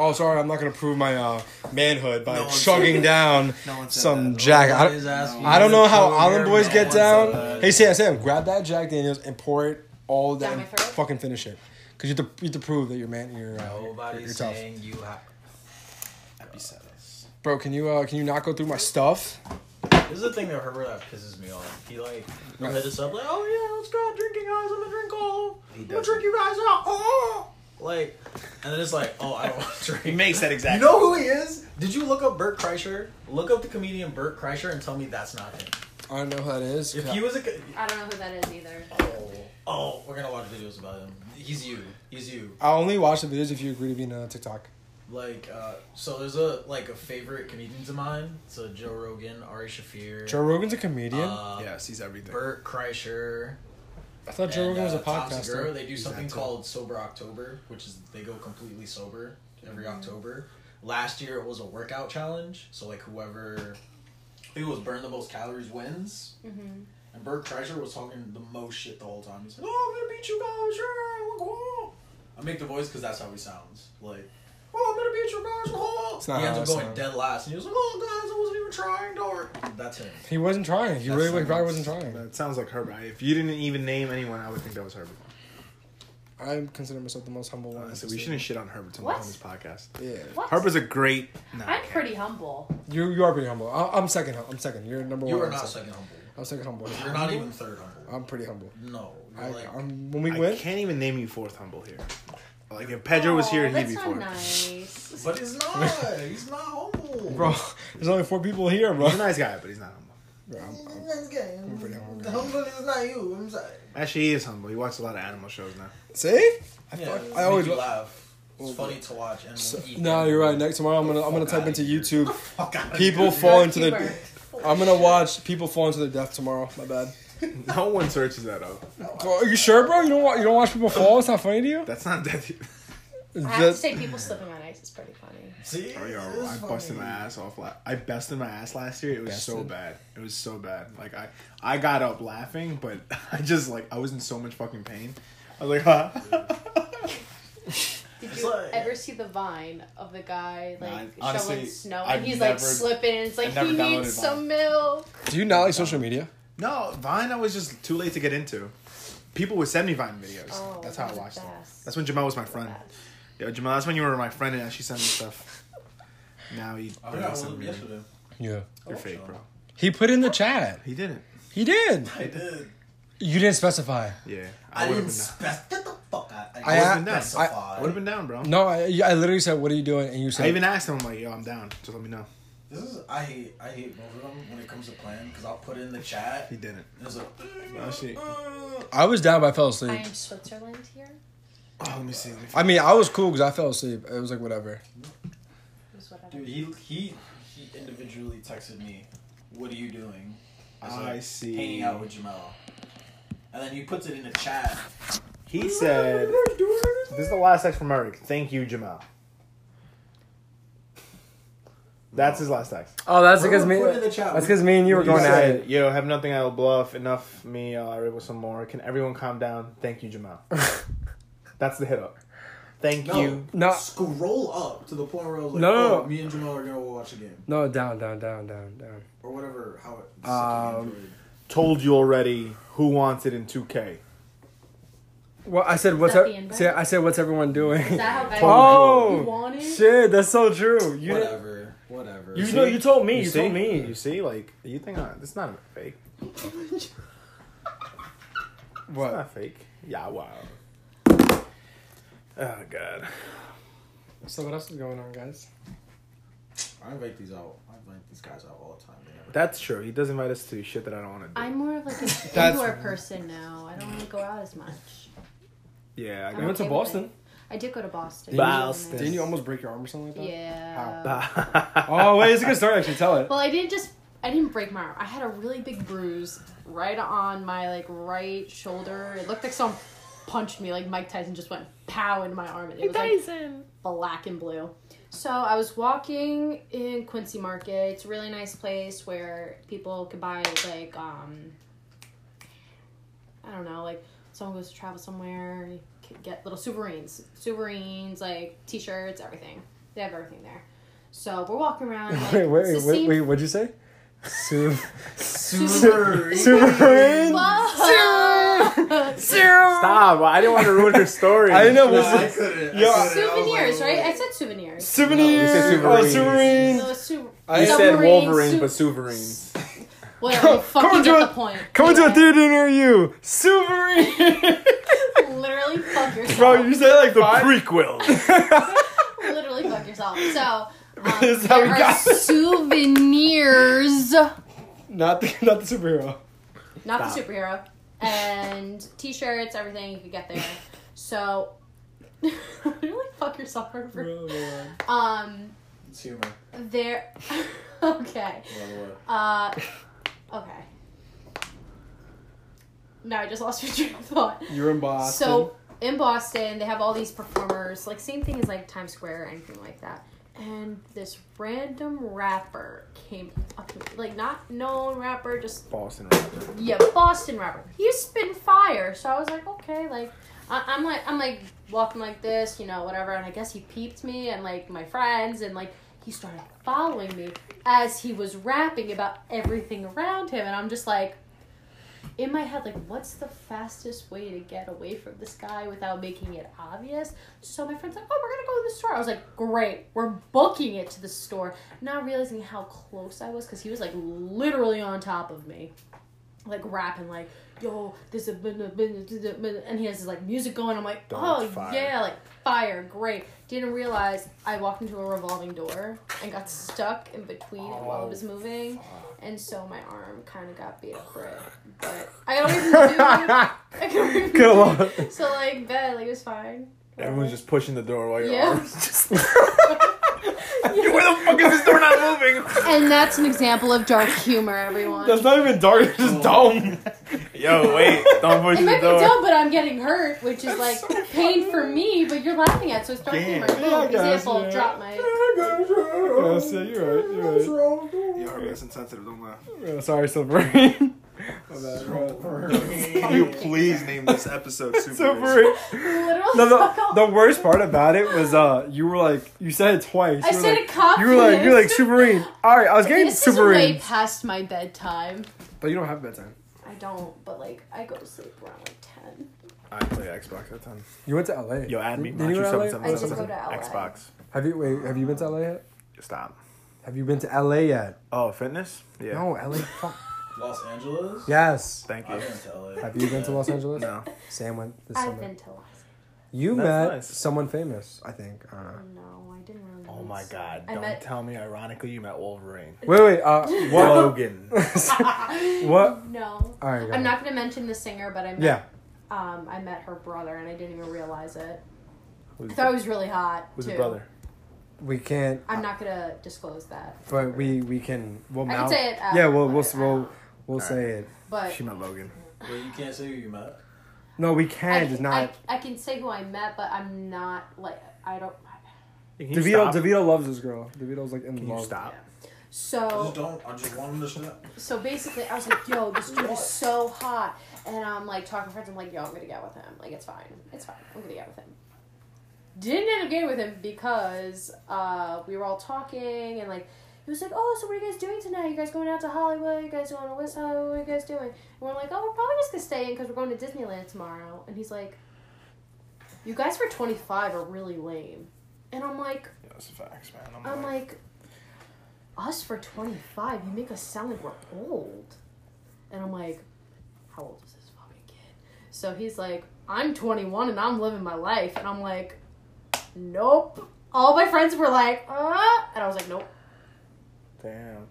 A: Oh, sorry, I'm not gonna prove my uh, manhood by
C: No one said
A: chugging
C: that.
A: down
C: No one said
A: some
C: that.
A: Jack. I,
B: His
A: don't-
B: ass-
A: I don't know how
B: Here,
A: Island Boys
B: no
A: get
B: one
A: down.
B: said that.
A: Hey Sam, Sam, grab that Jack Daniels and pour it all
D: Down
A: down.
D: my throat?
A: Fucking finish it, cause you have to, you have to prove that you're man, you're, uh, you're, you're
B: Nobody's
A: tough.
B: saying you have.
C: Epicetus.
A: Bro, can you uh, can you not go through my stuff?
B: This is the thing that Herbert that pisses me off. He like he'll hit us up like, oh yeah, let's go out drinking guys. I'm gonna drink all.
C: He
B: I'm gonna
C: doesn't.
B: drink you guys out. Oh, like, and then it's like, oh, I don't want to
C: He
B: drink.
C: makes that
B: You
C: exact.
B: know who he is? Did you look up Bert Kreischer, look up the comedian Bert Kreischer and tell me that's not him.
A: I don't know who that is.
B: If he was a. co-
D: I don't know who that is either.
B: Oh, oh, we're gonna watch videos about him. He's you. He's you.
A: I only watch the videos if you agree to be on uh, TikTok.
B: Like, uh, so there's a like a favorite comedians of mine. So Joe Rogan, Ari Shafir,
A: Joe Rogan's a comedian.
B: uh,
C: yes, he's everything.
B: Bert Kreischer.
A: I thought Joe
B: and,
A: Rogan was a
B: uh, Tom Segura,
A: podcaster.
B: They do
C: He's
B: something
C: that too.
B: called Sober October, which is they go completely sober every
A: Mm-hmm.
B: October. Last year it was a workout challenge, so like whoever, I think it was burn the most calories wins.
A: Mm-hmm.
D: Mhm.
B: And Bert Kreischer was talking the most shit the whole time. He's like, "Oh, I'm gonna beat you guys! Yeah, wah, wah." I make the voice because that's how he sounds. Like, "Oh, I'm gonna beat you guys!" wah, wah."
A: It's not
B: he
A: how
B: ends up
A: I
B: going
A: sound.
B: dead last, and he was like, "Oh, guys, I wasn't even trying." Dark. That's him.
A: He wasn't trying. He
B: That's
A: really
B: so
A: he probably
B: nice.
A: wasn't trying.
C: That sounds like Herbert. If you didn't even name anyone, I would think that was Herbert.
A: I consider myself the most humble one.
C: Uh, so we shouldn't shit on Herbert
D: What?
C: on this podcast.
A: Yeah,
D: What?
C: Herbert's a great. Nah, I
D: I'm
C: can't.
D: pretty humble.
A: you you are pretty humble. I, I'm second. hum- I'm second. You're number
B: You
A: one.
B: are
A: I'm
B: not second humble.
A: I'm second humble.
B: You're not even third humble.
A: I'm pretty humble.
B: No, you're
A: I,
B: like
A: I'm, when we
C: I
A: win,
C: can't even name you fourth humble here. Like if Pedro was here,
D: Aw,
C: he'd
D: Oh, that's
C: be
D: not
C: fourth.
D: nice.
B: But he's not. he's not humble.
A: bro. There's only four people here, bro.
C: He's a nice guy, but he's not humble.
A: Bro, I'm- I'm-
B: I'm
A: pretty humble.
B: Humble is not you. I'm sorry.
C: Actually, he is humble. He watches a lot of animal shows now.
A: see, I, fuck-
B: Yeah, it
A: I
B: makes
A: always.
B: you laugh. It's
A: Well,
B: funny to watch. And
A: So-
B: eat
A: no,
B: them.
A: you're right. Next tomorrow, I'm gonna I'm gonna
B: Fuck
A: type
B: outta
A: into
B: here.
A: YouTube.
B: Fuck outta
A: People
B: here.
A: fall into the.
D: Gatekeeper.
A: I'm gonna watch people fall into their death tomorrow. My bad.
C: No one searches that up.
A: Bro,
B: Oh.
A: are you sure, bro? You don't wa- you don't watch people fall? It's not funny to you.
C: That's not death.
D: I have to say, people slipping on ice is pretty funny.
B: See,
C: Oh, yo,
B: This is
C: I busted
B: funny. Oh,
C: my ass off. La- I busted my ass last year. It was so
A: Busted?
C: bad. It was so bad. Like I, I got up laughing, but I just like I was in so much fucking pain. I was like, huh?
D: Did
B: It's
D: you
B: like-
D: ever see the vine of the guy
C: No, I-
D: like
C: honestly,
D: shoveling snow and
C: I've
D: he's like
C: never-
D: slipping and it's like
C: never
D: he needs
C: downloaded
D: some milk?
A: Do you not like social media?
C: no, Vine. I was just too late to get into. People would send me Vine videos.
D: Oh,
C: that's how I
D: the
C: watched them.
D: best.
C: That's when Jamal was my friend. Yo, Jamal, that's when you were my friend and actually sent me stuff. Now he.
B: I
C: barely
B: forgot
C: sent
B: one of
C: me
B: them
C: anything.
B: yesterday.
A: Yeah.
B: Oh,
C: You're fake,
B: Sean.
C: bro.
A: He put in the chat.
C: He didn't.
A: He did.
B: I did.
A: You didn't specify.
C: Yeah,
B: I,
C: I would
B: didn't.
C: have been down.
B: Spec- Get the fuck out.
A: I
B: didn't
A: a-
C: I- I-
B: specify.
C: I would have been down, bro.
A: No, I, I literally said, "What are you doing?" And you said,
C: I even asked him. I'm like, yo, I'm down. Just let me know.
B: This is I hate. I hate both of them when it comes to playing because I'll put in the chat.
C: He didn't.
B: and It's like,
C: Oh, shit.
A: I was down, but I fell
D: I
A: asleep.
D: am Switzerland here.
C: Oh, let me see. Let me
A: I mean, I was cool because I fell asleep. It was like whatever.
D: Who's whatever.
B: dude, he he he individually texted me. What are you doing? was,
C: I
B: like,
C: see.
B: Hanging out with Jamel. And then he puts it in the chat.
C: He
A: Oh,
C: said, "This is the last text from Eric. Thank you, Jamal." That's his last text.
A: Oh, that's
B: We're because me- recording the chat. that's 'cause
A: me and you were
C: He said, "Yo, have nothing. I'll bluff. Enough me. I'll arrive with some more. Can everyone calm down? Thank you, Jamal." That's the hit up. Thank you.
A: No.
B: Scroll up to the point where I was like,
A: No, no,
B: oh,
A: no.
B: me and Jamal are gonna watch a game
A: No, down, down, down, down, down.
B: or whatever. How it.
A: Um,
C: Told you already. Who wants it in 2K?
A: Well, I said,
D: "What's that ev- the invite?" see,
A: I said, "What's everyone
D: Is
A: doing?"
D: that how bad
A: Oh,
D: you want it?
A: Shit, that's so true. You
B: whatever, whatever.
A: You
C: See?
A: know, you told me. You,
C: see?
A: told me.
C: You see, like you think uh, it's not fake. It's
A: what?
C: not fake. Yeah. Wow. Oh God.
A: So what else is going on, guys?
B: I invite these out. I invite these guys out all the time. They never.
C: That's true. He does invite us to shit that I don't want to do.
D: I'm more of like an
A: That's-
D: indoor person now. I don't really go out as much.
C: yeah, I
D: I'm
A: You went to
D: okay with
A: Boston.
D: it. I did go to Boston.
C: Boston.
A: Didn't you almost break your arm or something like that?
D: Yeah.
C: got.
A: Oh wait, it's a good story. Actually, tell it.
D: Well, I didn't just. I didn't break my arm. I had a really big bruise right on my like right shoulder. It looked like someone punched me. Like Mike Tyson just went pow into my arm. It was like black and blue. So I was walking in Quincy Market. It's a really nice place where people could buy like um I don't know, like someone goes to travel somewhere, you could get little souverains, souverains like t-shirts, everything. They have everything there. So we're walking around. Like,
A: Wait,
D: it's
A: wait,
D: the
A: wait,
D: same-
A: wait. What'd you say? Su-
D: Super-
A: Super.
D: Whoa!
C: Stop! I didn't want to ruin her story.
A: I didn't know.
B: No, I
A: This is
B: couldn't. I
A: Yo, I-
B: couldn't. I was
D: souvenirs,
B: like, oh,
D: right? I said souvenirs.
A: souvenir.
C: No, you said
A: Oh,
C: souverains.
A: souverain.
D: No, su-
A: I-
C: You said
D: submarine,
C: Wolverine,
D: su-
C: but souverains.
D: Whatever, you fucking
A: come
D: get
A: to a-
D: the point.
A: Coming to a
D: Yeah.
A: theater near you. Souvenir.
D: Literally fuck yourself.
A: Bro, you said it like
C: The
A: five.
C: prequel.
D: Literally fuck yourself. So Um,
A: This is how we
D: there are
A: got this.
D: souvenirs,
A: Not the not the superhero.
D: not
C: Stop.
D: the superhero, and t-shirts, everything you could get there. So, really fuck yourself over.
A: Bro, man.
D: Um,
B: It's humor.
D: there. okay.
B: By the way.
D: Uh, okay. No, I just lost your train of thought.
A: You're in Boston.
D: So in Boston, they have all these performers, like same thing as like Times Square or anything like that. And this random rapper came up to me, like not known rapper, just
C: Boston rapper.
D: yeah, Boston rapper. He spit fire, so I was like, okay, like I- I'm like I'm like walking like this, you know, whatever. And I guess he peeped me and like my friends, and like he started following me as he was rapping about everything around him, and I'm just like. In my head, like, what's the fastest way to get away from this guy without making it obvious? So my friend's like, oh, we're gonna go to the store. I was like, great, we're booking it to the store, not realizing how close I was because he was like literally on top of me like rapping like yo this is and he has his like music going i'm like
C: Dog
D: oh
C: fire.
D: yeah like fire great didn't realize i walked into a revolving door and got stuck in between it while it was
A: Oh,
D: moving and so my arm kind of got beat up for it but i don't even do it I couldn't even do
A: Come on.
D: it. so like bad like it was fine
C: Everyone's just pushing the door while you're
D: Yeah.
C: just. Where the fuck is this door not moving?
D: and that's an example of dark humor everyone
A: That's not even dark. It's just dumb.
C: Yo, wait! Don't push
D: it
C: the
D: might be
C: door.
D: dumb, but I'm getting hurt, which is like pain for me, but you're laughing at, so it's dark humor.
C: Damn.
D: Boom,
A: Yeah, I guess,
D: example,
A: yeah.
D: drop my.
A: yeah, so you're right. You're right.
C: Yo, that's insensitive. Don't laugh.
A: Yeah, sorry, Silverine. My bad, bro.
C: Can you please name this episode Super?
A: Silverine.
D: Literally,
A: No,
D: fuck
A: the,
D: off.
A: the worst part about it was uh, you were like, you said it twice.
D: I
A: you were
D: said
A: like,
D: it confident.
A: You were like, you were like Superine. All right, I was getting
D: This is way
A: Superine,
D: past my bedtime.
A: but you don't have bedtime.
D: I don't, but like, I go to sleep around like 10.
C: I play Xbox at time.
A: You went to LA.
C: Yo, add me.
A: Did you go to LA?
D: I did go to LA.
C: Xbox.
A: Have you wait? Have you been to LA yet?
C: Stop.
A: Have you been to LA yet?
C: Oh, fitness? Yeah.
A: No, LA. Fuck.
B: Los Angeles?
A: Yes.
C: Thank you.
B: I've been to LA.
A: Have you been to Los Angeles?
C: No.
A: Sam went this
D: I've
A: summer.
D: been to Los
A: You
C: That's
A: met
C: nice.
A: someone famous, I think. uh, I don't know.
D: No, I didn't really.
C: Oh my god.
D: I
C: Don't
D: met-
C: tell me ironically you met Wolverine.
A: Wait, wait. Uh, what?
C: Logan.
A: what?
D: No.
A: All right. go
D: I'm
A: ahead.
D: not gonna mention the singer, but I met,
A: Yeah.
D: um, I met her brother, and I didn't even realize it.
C: Who's
D: I thought it was really hot.
C: who's
D: too.
C: your brother?
A: We can't.
D: I'm not gonna disclose that.
A: But we we can. We'll
D: I can
A: mount-
D: say it uh, out,
A: Yeah. We'll
D: but
A: we'll
D: I
A: we'll,
D: don't.
A: we'll
C: All
A: say it.
D: But
C: She met Logan.
B: Wait, you can't say who you met?
A: No, we can.
D: I,
A: just not.
D: I, I can say who I met, but I'm not like I don't.
C: Can you
A: DeVito
C: stop?
A: DeVito loves this girl. DeVito's like in
C: Can
A: love.
C: you stop?
B: I
D: So
B: just don't. I just want him to snap.
D: so basically, I was like, "Yo, this dude is so hot," and I'm like talking to friends. I'm like, "Yo, I'm gonna get with him. Like, it's fine. It's fine. I'm gonna get with him." Didn't end up getting with him because uh, we were all talking and like he was like, "Oh, so what are you guys doing tonight? You guys going out to Hollywood? You guys going to West Hollywood? What are you guys doing?" And we're like, "Oh, we're probably just gonna stay in because we're going to Disneyland tomorrow." And he's like, "You guys for 25 are really lame," and I'm like.
C: Yeah, that's facts, man. I'm,
D: I'm
C: like,
D: like, us for 25, you make us sound like we're old. And I'm like, how old is this fucking kid? So he's like, I'm 21 and I'm living my life. And I'm like, nope. All my friends were like, uh, and I was like, nope.
C: damn.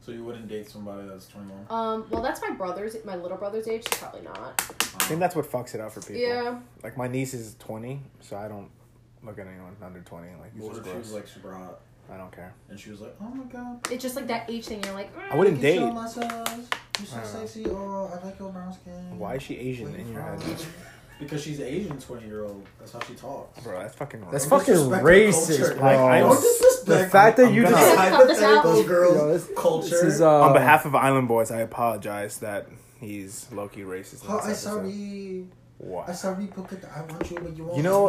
B: So you wouldn't date somebody that's 21?
D: Um, well, that's my brother's, my little brother's age, so probably not.
C: I think that's what fucks it up for people.
D: Yeah.
C: Like my niece is 20, so I don't look at anyone under 20. Like it's
B: What
C: just
B: if she
C: gross.
B: was like super hot
C: I don't care.
B: and she was like, oh my god.
D: It's just like that age thing. You're like,
C: I wouldn't
B: I can
C: date.
B: show myself. You're so
C: I don't know.
B: sexy. Oh, I like your brown skin.
C: Why is she Asian in your head?
B: Because she's Asian 20 year old. That's how she talks.
C: Bro, that's fucking wrong.
A: That's
B: Don't
A: fucking
B: disrespect the
A: racist,
B: culture.
A: bro.
C: Like, I
B: Don't
C: don't-
B: disrespect
A: the fact that
C: I'm
A: you
C: gonna-
A: just
D: Cut this out.
B: hypothetical girls
A: Yo, this-
B: culture.
A: This is, uh,
C: On behalf of Island Boys, I apologize that he's low-key racist. in
B: oh,
C: this
B: I
C: episode.
B: sorry. I
C: What?
B: sorry, because I want you, but you want
C: You know,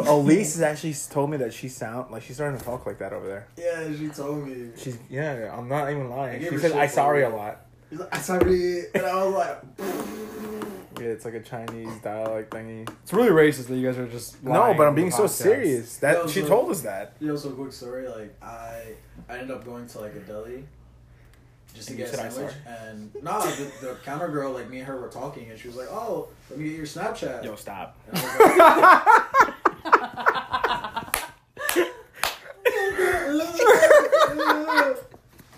C: Elise has actually told me that she sound like she's starting to talk like that over there.
B: Yeah, she told me.
C: She's yeah, I'm not even lying.
B: I gave
C: She
B: her
C: says
B: shit
C: I
B: for
C: sorry
B: it.
C: a lot.
B: She's like, I sorry. And I was like,
C: Yeah, it's like a Chinese dialect thingy.
A: It's really racist that you guys are just.
C: No,
A: lying
C: but
A: on
C: I'm being
A: the
C: so
A: podcast.
C: serious. That
B: No,
C: she
B: so-
C: told us that.
B: You know, so quick story. Like I, I ended up going to like a deli, just to
C: And you
B: get a
C: said, "I'm
B: sandwich. And nah, the, the counter girl, like me and her were talking, and she was like, "Oh, let me get your Snapchat."
C: Yo, stop.
B: And I was like,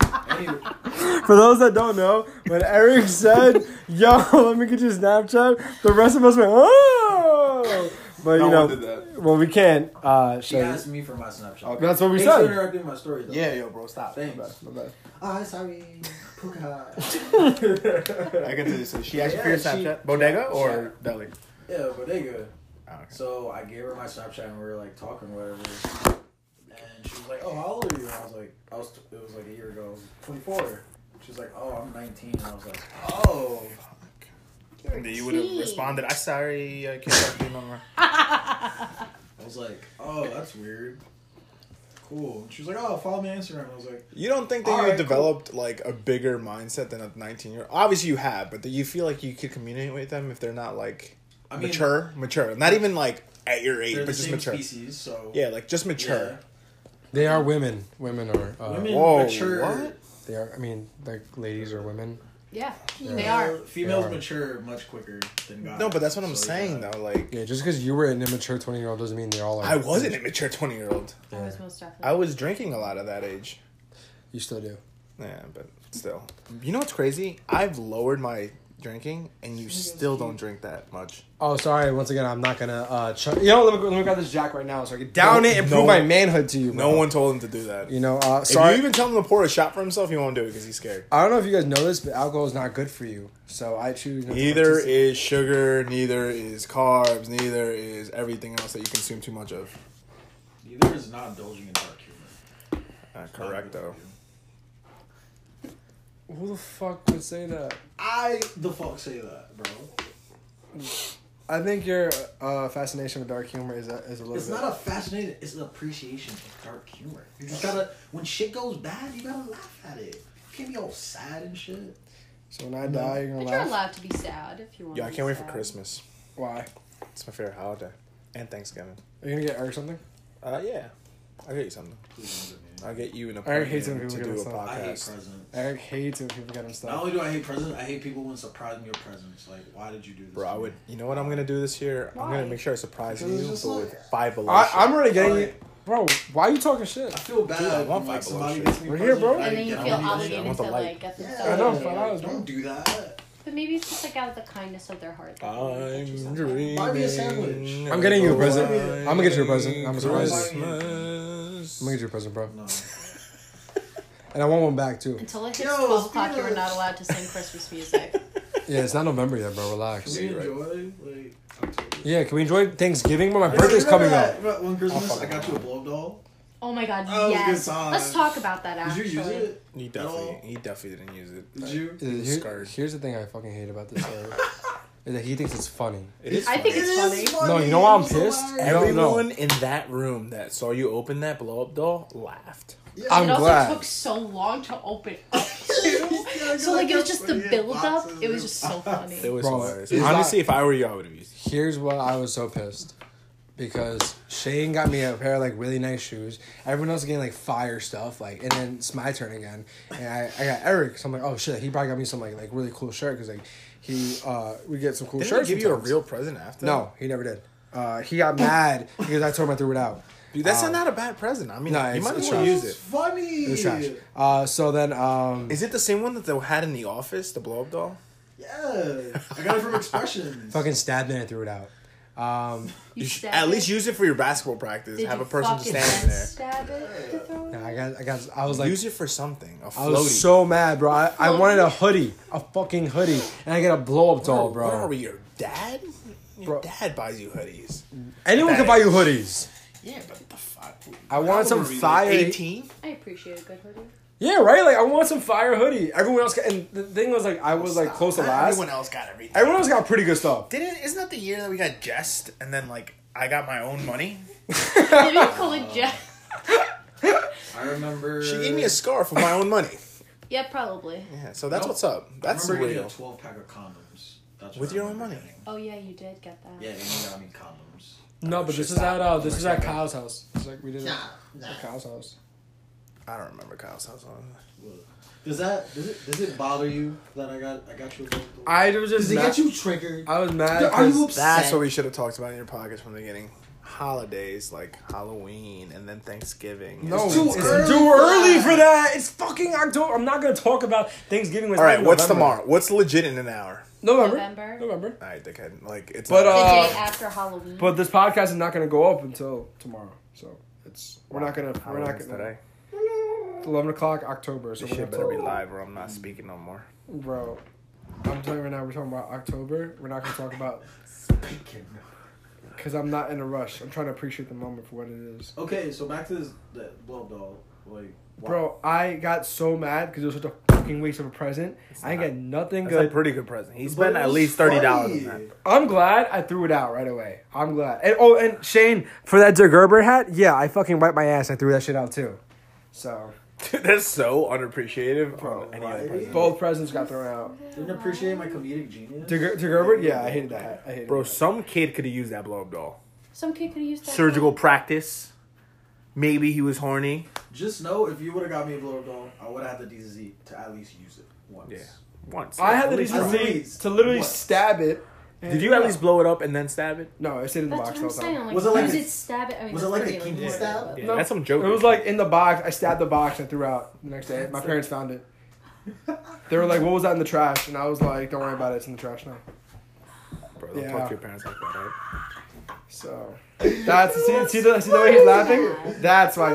A: For those that don't know, when Eric said, "Yo, let me get your Snapchat," the rest of us went, "Oh!"
E: No
A: But you
E: one
A: know,
E: did that.
A: well, we can't. Uh,
B: She
A: show you.
B: asked me for my Snapchat.
E: Okay.
A: That's what we
B: Thanks for
A: said.
B: interrupting my story though.
E: Yeah, yo, bro, stop. My bad,
B: Thanks.
E: my bad.
B: Ah, sorry. Puka.
E: I can do this. So she asked you for
B: Yeah,
E: your
B: she-
E: Snapchat. Bodega or
B: Yeah.
E: deli?
B: yeah, but they good.
E: Oh, okay.
B: So I gave her my Snapchat and we were like talking, whatever. And she was like, "Oh, how old are you?" And I was like, "I was." T- it was like a year ago. I was 24. She was like, "Oh, I'm 19." And I was like, "Oh."
E: And you would have
D: See.
E: responded, I'm sorry, I can't talk to you no more.
B: I was like, "Oh, that's weird." Cool. And she was like, "Oh, follow me on Instagram." I was like,
C: You don't think that
B: All
C: you
B: right,
C: developed like a bigger mindset than a 19 year old? Obviously, you have, but do you feel like you could communicate with them if they're not like
B: "I mean,
C: mature, mature, not even like at your age,
B: they're the
C: but just
B: same
C: mature.
B: species, so
C: Yeah, like just
B: yeah.
C: mature.
A: They are women. Women are. Uh,
B: Women
C: whoa,
B: mature.
C: what?
A: They are. I mean, like ladies are women.
D: Yeah, they are.
B: Females
A: They are.
B: mature much quicker than guys.
C: No, but that's what I'm
B: So,
C: saying
B: yeah.
C: though. Like,
A: Yeah, just because you were an immature twenty year old doesn't mean they all are.
C: I was an immature 20 year old.
D: I was most definitely.
C: I was drinking a lot at that age.
A: You still do.
C: Yeah, but still. You know what's crazy? I've lowered my drinking, and you still don't drink that much.
A: Oh, sorry. Once again, I'm not gonna. Uh, ch- you know, let me, let me grab this jack right now so I can down
C: No-
A: it and
C: no
A: prove my
C: one-
A: manhood to you.
C: No
A: bro.
C: one told him to do that.
A: You know, uh,
C: Sorry.
A: sorry.
C: If you even tell him to pour a shot for himself, he won't do it because he's scared.
A: I don't know if you guys know this, but alcohol is not good for you. So I choose. not to
C: Neither
A: participate.
C: is sugar, neither is carbs, neither is everything else that you consume too much of.
B: Neither is not indulging in dark humor.
C: Uh, correcto.
A: Who the fuck would say that?
B: I the fuck say that, bro.
A: I think your uh, fascination with dark humor is a, is a little
B: It's
A: bit.
B: not a fascinating. It's an appreciation of dark humor. You just gotta when shit goes bad, you gotta laugh at it. You can't be all sad and shit.
A: so when I die, you're
D: But
A: gonna
D: you're
A: laugh.
D: allowed to be sad if you want.
C: Yo,
D: to
C: I
D: be
C: can't wait for
D: sad.
C: Christmas.
A: Why?
C: It's my favorite holiday. And Thanksgiving.
A: Are you gonna get Eric something?
C: Uh, yeah. I'll get you something.
B: Please don't do me.
C: I'll get you an
A: Eric hates when
C: apartment to
A: people
C: do
A: give
C: a
A: us stuff.
B: I hate
C: podcast.
B: presents.
A: Eric hates when people get him
B: Not
A: stuff.
B: only do I hate presents, I hate people when surprising your presents. Like, why did you do this?
C: Bro,
B: to
C: I
B: me?
C: would. You know what I'm gonna do this year? I'm
D: Why?
C: gonna make sure I surprise
B: Because it's
C: you,
B: just
C: but
B: like-
C: with five below.
A: I,
C: shit.
A: I'm already getting you,
B: Alright.
A: bro. Why are you talking shit?
B: I feel bad.
C: Dude, I want
B: when, like,
C: Five Below
B: somebody
C: shit.
B: gets me
A: We're
B: a
A: here,
B: present
A: bro.
B: I
D: And then you
B: get
D: feel
B: it.
C: I
D: obligated
C: want
D: to
C: the light.
D: like get them
B: Yeah,
D: stuff.
A: I know, but I was-
B: Don't do that.
D: But maybe it's just like out of the kindness of their heart. that they wanna get you
C: I'm
D: something.
C: dreaming.
B: Buy me a sandwich.
A: I'm getting you a present.
C: of
A: I'm gonna get you a present. I'm surprised.
C: Christmas.
A: I'm gonna get you a present, bro,
B: No.
A: and I want one back too.
D: Until it hits
B: Yo,
D: 12 o'clock,
B: speaking
D: you're
B: of-
D: not allowed to sing Christmas music.
A: Yeah, it's not November yet, bro.
B: Can
A: Relax.
B: we
C: you're right.
B: enjoy like October?
A: Yeah, can we enjoy Thanksgiving? But my
B: Yeah,
A: birthday's
B: remember
A: coming
B: that-
A: up.
B: remember One Christmas,
C: fuck
B: I got
C: it.
B: you a blow doll.
D: Oh my god,
B: That was a good
D: yes.
B: song.
D: Let's talk about that
B: Did
D: actually.
B: you use it?
C: He
B: at all?
C: definitely, he definitely didn't use it.
B: Did you?
A: Uh, here-
C: Scarred.
A: here's the thing I fucking hate about this story. is that he thinks it's funny.
C: It is
D: I think
C: funny.
D: it's funny.
A: No, you know why I'm
B: It was
A: pissed?
B: hilarious.
A: don't know.
C: everyone in that room that saw you open that blow up doll laughed.
B: Yeah.
A: I'm
D: it also
A: glad.
D: took so long to open up.
B: Yeah,
D: so like it was just the
B: yeah,
D: build up.
B: boxes.
D: It was just so
C: It
D: funny.
C: was
A: Bro,
C: hilarious.
A: it's
C: Honestly,
A: not-
C: if I were you, I would have used it.
A: Here's why I was so pissed. Because Shane got me a pair of like really nice shoes. Everyone else is getting like fire stuff, like, and then it's my turn again. And I, I got Eric, so I'm like, oh shit, he probably got me some like like really cool shirt because like he uh we get some cool
C: Didn't
A: shirts.
C: they give you a
A: sometimes.
C: real present after?
A: No, he never did. Uh, he got mad because I told him I threw it out.
C: dude, that's not a bad present. I mean,
A: No,
C: you
A: Um, it's-
C: might
A: it's
C: as well
A: trash.
C: use it.
B: funny.
A: It was trash. Uh, so then um,
C: Is it the same one that they had in the office, the blow up doll?
B: Yeah, I got it from Expressions.
A: fucking stabbed me and I threw it out. Um,
D: You
C: should
D: stab
C: at
D: it?
C: least use it for your basketball practice.
D: Did
C: Have
D: you
C: a person
D: fucking
C: just standing there.
D: Stab it to throw it?
A: I got I got I was like
C: use it for something. A floaty.
A: I was so mad, bro. I, I wanted a hoodie, a fucking hoodie, and I get a blow up doll,
C: What are
A: bro.
C: we, your dad?
A: Bro.
C: Your dad buys you hoodies.
A: Anyone can buy you hoodies.
C: Yeah, but the fuck?
A: I want some fire.
C: Eighteen.
D: I appreciate a good hoodie.
A: Yeah, right. Like I want some fire hoodie. Everyone else, got, and the thing was like I was like close to last.
C: Everyone else got everything.
A: Everyone else got pretty good stuff.
C: Didn't isn't that the year that we got jest and then like I got my own money?
D: Did you call it Jeff?
B: I remember.
C: She gave me a scarf with my own money.
D: Yeah, probably.
C: Yeah, so that's
B: Nope.
C: what's up.
B: That's
C: That's
B: I remember getting
C: real.
B: a twelve pack of condoms. That's what
C: With
B: I
C: your own
B: remember
C: money.
D: Oh yeah, you did get that.
B: getting. Yeah, and you got me condoms.
A: No, but this is at uh, this is at Kyle's house. It's like we did it
B: nah.
A: at Kyle's house.
C: I don't remember Kyle's house on.
B: Does that does it does it bother you that I got I got you? A little-
A: I was
B: does
A: just
B: it
A: mad.
B: get you triggered?
A: I was mad.
B: Are you
A: 'cause-
B: upset?
C: That's what we should have talked about in your pockets from the beginning. holidays like Halloween and then Thanksgiving.
A: No, it's
C: It's just-
A: too,
B: too
A: it's
B: early
A: too
B: for
A: early
B: that.
A: for that. It's fucking October. I'm not gonna talk about Thanksgiving.
C: all right, what's tomorrow? What's legit in an hour?
A: November.
D: November.
A: November.
C: All right, dickhead. Like it's
A: But,
C: not-
D: the
A: uh,
D: day after Halloween.
A: But this podcast is not gonna go up until tomorrow, so it's we're not gonna we're not
C: Halloween's
A: gonna
C: today.
A: eleven o'clock October. So
C: This
A: we're
C: shit
A: gonna
C: better be
A: talk-
C: live or I'm not speaking no more.
A: bro. I'm telling you right now, we're talking about October. We're not gonna talk about
B: Speaking.
A: because I'm not in a rush. I'm trying to appreciate the moment for what it is.
B: Okay, so back to this the blow doll. Like, why-
A: Bro, I got so mad because it was such a fucking waste of a present. I ain't
C: not.
A: got nothing
C: That's a
A: good.
C: pretty good present. He
B: But
C: spent
B: it
C: at
B: was
C: least thirty dollars
B: funny.
C: on that.
A: I'm glad I threw it out right away. I'm glad. And oh, and Shane for that Dirk Gerber hat. Yeah, I fucking wiped my ass. I threw that shit out too. So
C: Dude, that's so unappreciative
A: Bro,
C: on any other
B: right?
C: present.
A: both presents got thrown out.
B: Didn't appreciate my comedic genius.
A: Dirk Dirk Gerber. Yeah, I hated that hat. I hated.
C: Bro,
A: that.
C: some kid could have used that blow up doll.
D: Some kid could have used that.
C: Surgical practice. Maybe he was horny.
B: Just know if you would have got me a blow doll, I would have had the DZ to at least use it once.
C: Yeah. Once.
A: I had
C: At
A: the
C: least
B: I
C: once.
B: once.
A: disease
B: least
A: to literally
B: once.
A: stab it.
C: Did you at least blow it up and then stab it?
A: No, I stayed in the
D: That's
A: box
D: what
A: the whole
D: I'm
A: time.
D: saying. Like,
B: Was it like
D: does
B: a-
D: it stab it? I mean,
B: was
D: it's
B: it like
D: gonna
B: a
D: be
B: kinky
D: more
B: stab?
D: of a-
C: Yeah,
A: No.
C: that's some joke.
A: It was like in the box. I stabbed the box. I threw out the next day. My parents found it. They were like, "What was that in the trash?" And I was like, "Don't worry about it. It's in the trash now."
C: Bro, don't
A: Yeah.
C: talk to your parents like that, right?
A: So that's see, see the see the way he's laughing. Oh That's why.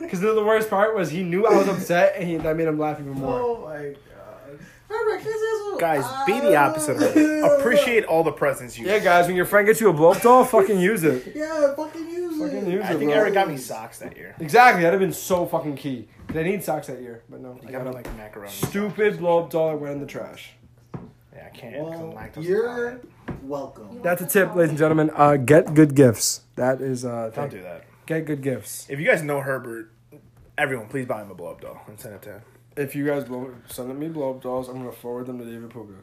A: Because the worst part was he knew I was upset, and he, that made him laugh even more.
B: Oh my god. Remember, kiss this
C: Guys, be the
B: Ah.
C: opposite of it. Appreciate all the presents you
A: Yeah, guys, when your friend gets you a blow doll, fucking use it.
B: Yeah, fucking use
A: Fucking
B: it.
A: use
C: I
A: it,
C: think
A: bro.
C: Eric got me socks that year.
A: Exactly, that'd have been so fucking key. They need socks that year, but no.
C: He
A: I
C: got
A: got
C: me
A: a
C: like macaroni.
A: stupid blow up doll that went in the trash.
C: Yeah, I can't. 'cause I'm
B: Well,
C: lactose
B: you're
C: intolerant.
B: welcome.
A: That's a tip, ladies and gentlemen. Uh, get good gifts. That is uh,
C: Don't
A: thank-
C: do that.
A: get good gifts.
C: If you guys know Herbert, everyone, please buy him a blow up doll and send it to him.
A: If you guys blow, send me blow up dolls, I'm gonna forward them to David Puga.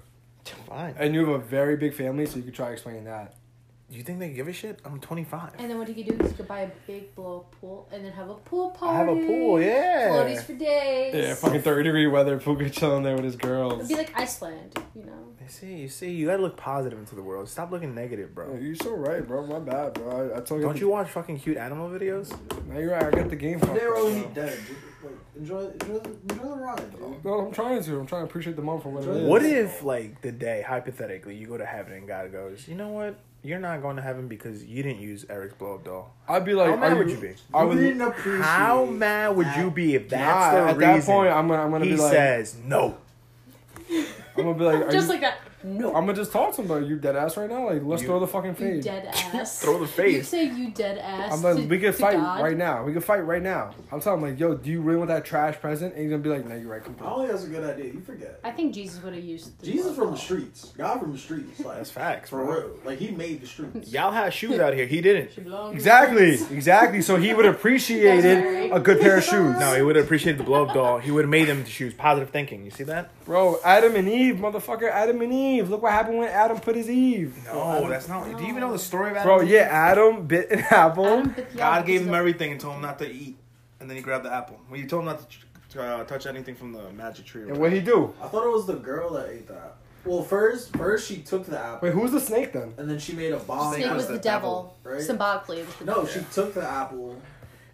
C: Fine.
A: And you have a very big family, so you could try explaining that.
C: You think they give a shit? I'm 25.
D: And then what he could do is he could buy a big blow up pool and then have a pool party.
C: I have a pool, yeah.
D: Parties for days.
A: Yeah, fucking thirty degree weather. Puga chilling there with his
D: It'd
A: girls.
D: be like Iceland, you know.
C: You see, you see, you gotta look positive into the world. Stop looking negative,
A: Oh,
C: bro.
A: you're so right, bro. My bad, bro. I, I told you.
C: Don't you watch fucking cute animal videos?
A: Now you're right. I got the game. fucked
B: They're
A: up,
B: only
A: bro.
B: dead. dude. Like, enjoy, enjoy, the- enjoy the ride, dude.
A: No, I'm trying to. I'm trying to appreciate the moment for what it is.
C: What if, like, the day, hypothetically, you go to heaven and God goes, you know what? You're not going to heaven because you didn't use Eric's blow up doll.
A: I'd be like,
C: How mad
A: are
C: would you be?
A: I
B: You
A: would.
B: didn't appreciate
C: How mad would you be if that's
A: Nah,
C: the
A: at
C: reason?
A: that point, I'm gonna, I'm gonna
C: he
A: be like,
C: says no.
A: I'm gonna be like, are
D: Just
A: you,
D: like that. No.
A: I'm gonna just talk to him. Like, you dead ass right now. Like, let's
C: You-
A: throw the fucking
D: You
A: fade.
D: dead ass.
C: Throw the
D: You
C: face.
D: say you dead ass.
A: I'm like,
D: to-
A: we could
D: to
A: fight
D: God.
A: right now. We could fight right now. I'm telling him like, yo, do you really want that trash present? And he's gonna be like, no, you're right. Come
B: I
A: on.
B: don't think that's a good idea. You forget.
D: I think Jesus would have used the
B: Jesus from the
D: blow-up
B: streets. God from the streets. Like,
C: That's facts,
B: For
C: bro.
B: real. Like, he made the streets.
C: Y'all had shoes out here. He didn't.
D: doll. She belongs to
A: Exactly,
D: the
A: exactly. So he would appreciate it. a good pair of shoes.
C: No, he would have appreciated the blow up doll. He would have made them the shoes. Positive thinking. You see that?
A: Bro, Adam and Eve, motherfucker, Adam and Eve. Look what happened when Adam put his Eve.
C: No, that's not. Do you even know the story about
A: Bro, yeah, Adam bit an apple.
D: Adam bit the
C: God
D: apple
C: gave
D: to
C: him
D: the-
C: everything and told him not to eat, and then he grabbed the apple. When you told him not to uh, touch anything from the magic tree. or
A: and
C: whatever.
A: what he do?
B: I thought it was the girl that ate that. Well, first, first she took the apple,
A: Wait, who's the snake then?
B: and then she made a bomb.
D: Snake was the devil.
B: devil, right?
D: Symbolically, it was the
B: No, she took the apple.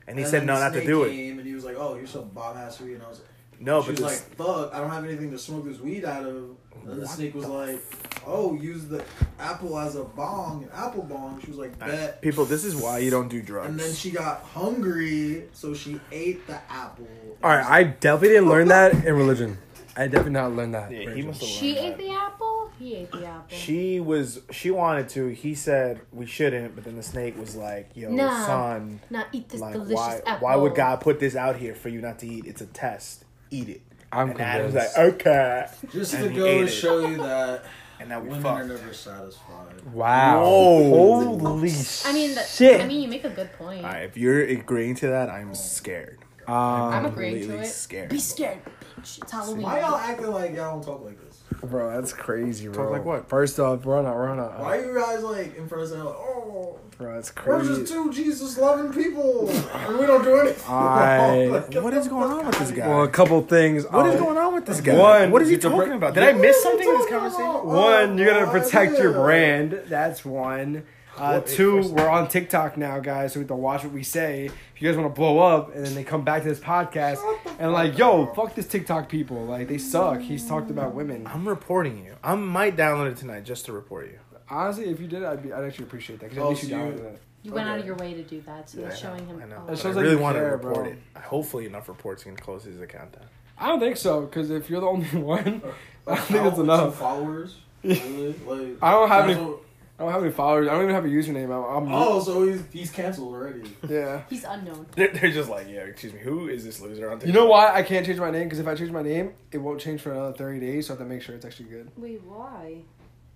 C: And he said no, not to do it.
B: it. And he was like, "Oh, you're some bomb assery," and I was like.
C: No,
B: she
C: but
B: was
C: this,
B: like, "Fuck, I don't have anything to smoke this weed out of." And then the snake was like, "Oh, use the apple as a bong, an apple bong." She was like, "Bet."
C: people, this is why you don't do drugs.
B: And then she got hungry, so she ate the apple.
A: All right, I definitely didn't learn that in religion. I definitely not learned that.
C: Yeah, he
A: Religion.
C: must have
D: She
C: learned
D: ate
C: that.
D: the apple. He ate the apple.
C: She was. She wanted to. He said we shouldn't, but then the snake was like, "Yo,
D: Nah.
C: son,
D: now eat this
C: like,
D: delicious
C: why?
D: apple.
C: Why would God put this out here for you not to eat? It's a test. Eat it."
A: I'm
C: and Adam's like,
A: convinced.
C: "Okay,"
B: Just
C: And
B: to
C: he
B: go
C: ate
B: to
C: it.
B: show you that
C: and now we
B: women are
C: fucked.
B: never satisfied.
A: Wow.
C: "Oh, Whoa.
A: Holy
D: I mean, that,
A: shit.
D: I mean, you make a good point.
C: All right, if you're agreeing to that, I'm scared.
D: I'm
A: um,
D: agreeing to
C: completely
D: it.
C: scared.
D: Be scared, bitch. It's Halloween.
B: Why y'all acting like y'all don't talk like this?
A: bro, that's crazy, bro.
C: like what?
A: First off, we're on a, we're on
B: Why
A: a,
B: are you guys like in front of saying like, "Oh,
A: bro, that's
B: we're just
A: crazy.
B: two Jesus loving people, and we don't do anything"?
A: I-
B: Like,
C: what is going on with this guy?
A: Well, a couple things. uh,
C: What is
A: I'll-
C: going on with this guy?
A: One,
C: what is he
A: you can
C: talking
A: break-
C: about? Did I
A: you-
C: miss something in this
B: What are you
C: conversation?
B: talking about?
A: One, you gotta
B: Oh,
A: protect your
B: yeah.
A: brand. That's one. Uh, two, we're on TikTok now, guys, so we have to watch what we say. If you guys want to blow up, and then they come back to this podcast and like, yo, fuck this TikTok people, like they suck. He's talked about women.
C: I'm reporting you. I might download it tonight just to report you.
A: Honestly, if you did, I'd be, I'd actually appreciate that because
B: Oh,
A: at least you
B: so you-
A: downloaded it.
D: You went out of
B: Okay.
D: your way to do that, so
C: I
D: you're
C: know,
D: showing him.
C: I know.
D: oh.
C: But
A: It shows
C: I
A: that
C: really
A: you
C: want to
A: care,
C: report
A: bro.
C: it. Hopefully, enough reports can close his account down.
A: I don't think so because if you're the only one, I don't think
B: Follow-
A: it's enough.
B: two Followers. Really? Like,
A: I don't have any-
B: that's what-
A: I don't have any followers. I don't even have a username. I'm, I'm
B: Oh, so he's he's canceled already.
A: yeah.
D: He's unknown.
C: They're, they're just like, yeah, excuse me, who is this loser on TikTok?
A: You know why I can't change my name? Because if I change my name, it won't change for another thirty days. So I have to make sure it's actually good.
D: Wait, why?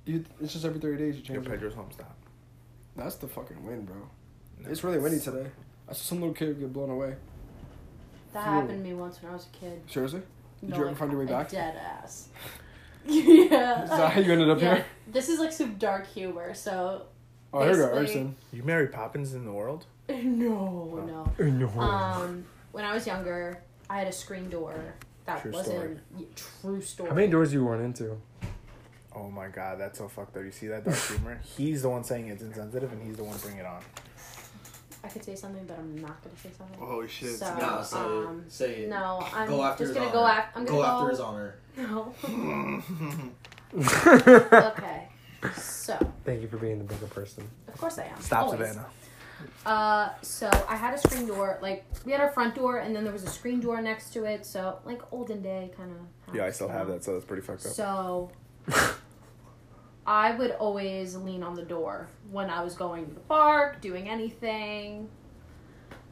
A: You, it's just every thirty days you
C: Yo,
A: change. it.
C: Pedro's home stop.
A: That's the fucking win, bro. It's really windy today. I saw some little kid get blown away.
D: That
A: Fuel.
D: happened to me once when I was a kid.
A: Seriously? Did
D: No,
A: you ever
D: like,
A: find your way
D: a
A: back?
D: Dead ass. yeah.
A: Is that how you ended up
D: Uh, yeah.
A: here?
D: This is like some dark humor, so
A: Oh, here we go,
D: Basically-
A: Erson.
C: You marry Poppins in the world?
D: no,
C: Oh.
D: no.
A: No.
D: Um, when I was younger, I had a screen door that
C: True
D: wasn't y- true story.
A: how many doors you worn into?
C: Oh my god, that's so fucked up. You see that dark humor? He's the one saying it's insensitive, and he's the one bringing it on.
D: I could say something, but I'm not gonna say something.
C: Oh shit!
D: So,
B: Nah, say
D: um,
B: it. Say it.
D: no, I'm
B: go after
D: just
B: his
D: gonna go
B: honor.
D: after. I'm gonna
B: go
D: go,
B: after his honor.
D: No.
A: Thank
D: okay. So,
A: you for being the bigger person.
D: of course I am.
C: Stop,
D: Always.
C: Savannah.
D: Uh, so I had a screen door. Like we had our front door, and then there was a screen door next to it. So like olden day kind of.
C: Yeah, I still have that, so that's pretty fucked up.
D: So I would always lean on the door when I was going to the park, doing anything.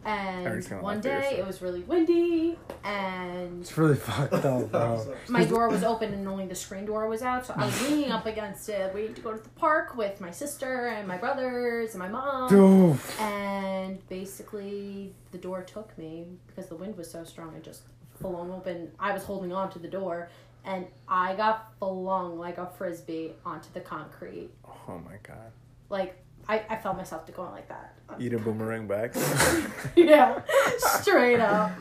D: And
C: Eric's gonna
D: one
C: laugh at
D: day
C: yourself.
D: it was really windy, and
A: It's really fucked up, bro.
D: my door was open and only the screen door was out. So I was leaning up against it, waiting to go to the park with my sister and my brothers and my mom.
A: Dude.
D: And basically, the door took me because the wind was so strong. It just flung open. I was holding on to the door, and I got flung like a frisbee onto the concrete.
C: Oh my god.
D: Like I, I felt myself going like that.
C: Eat a boomerang back.
D: yeah, straight up.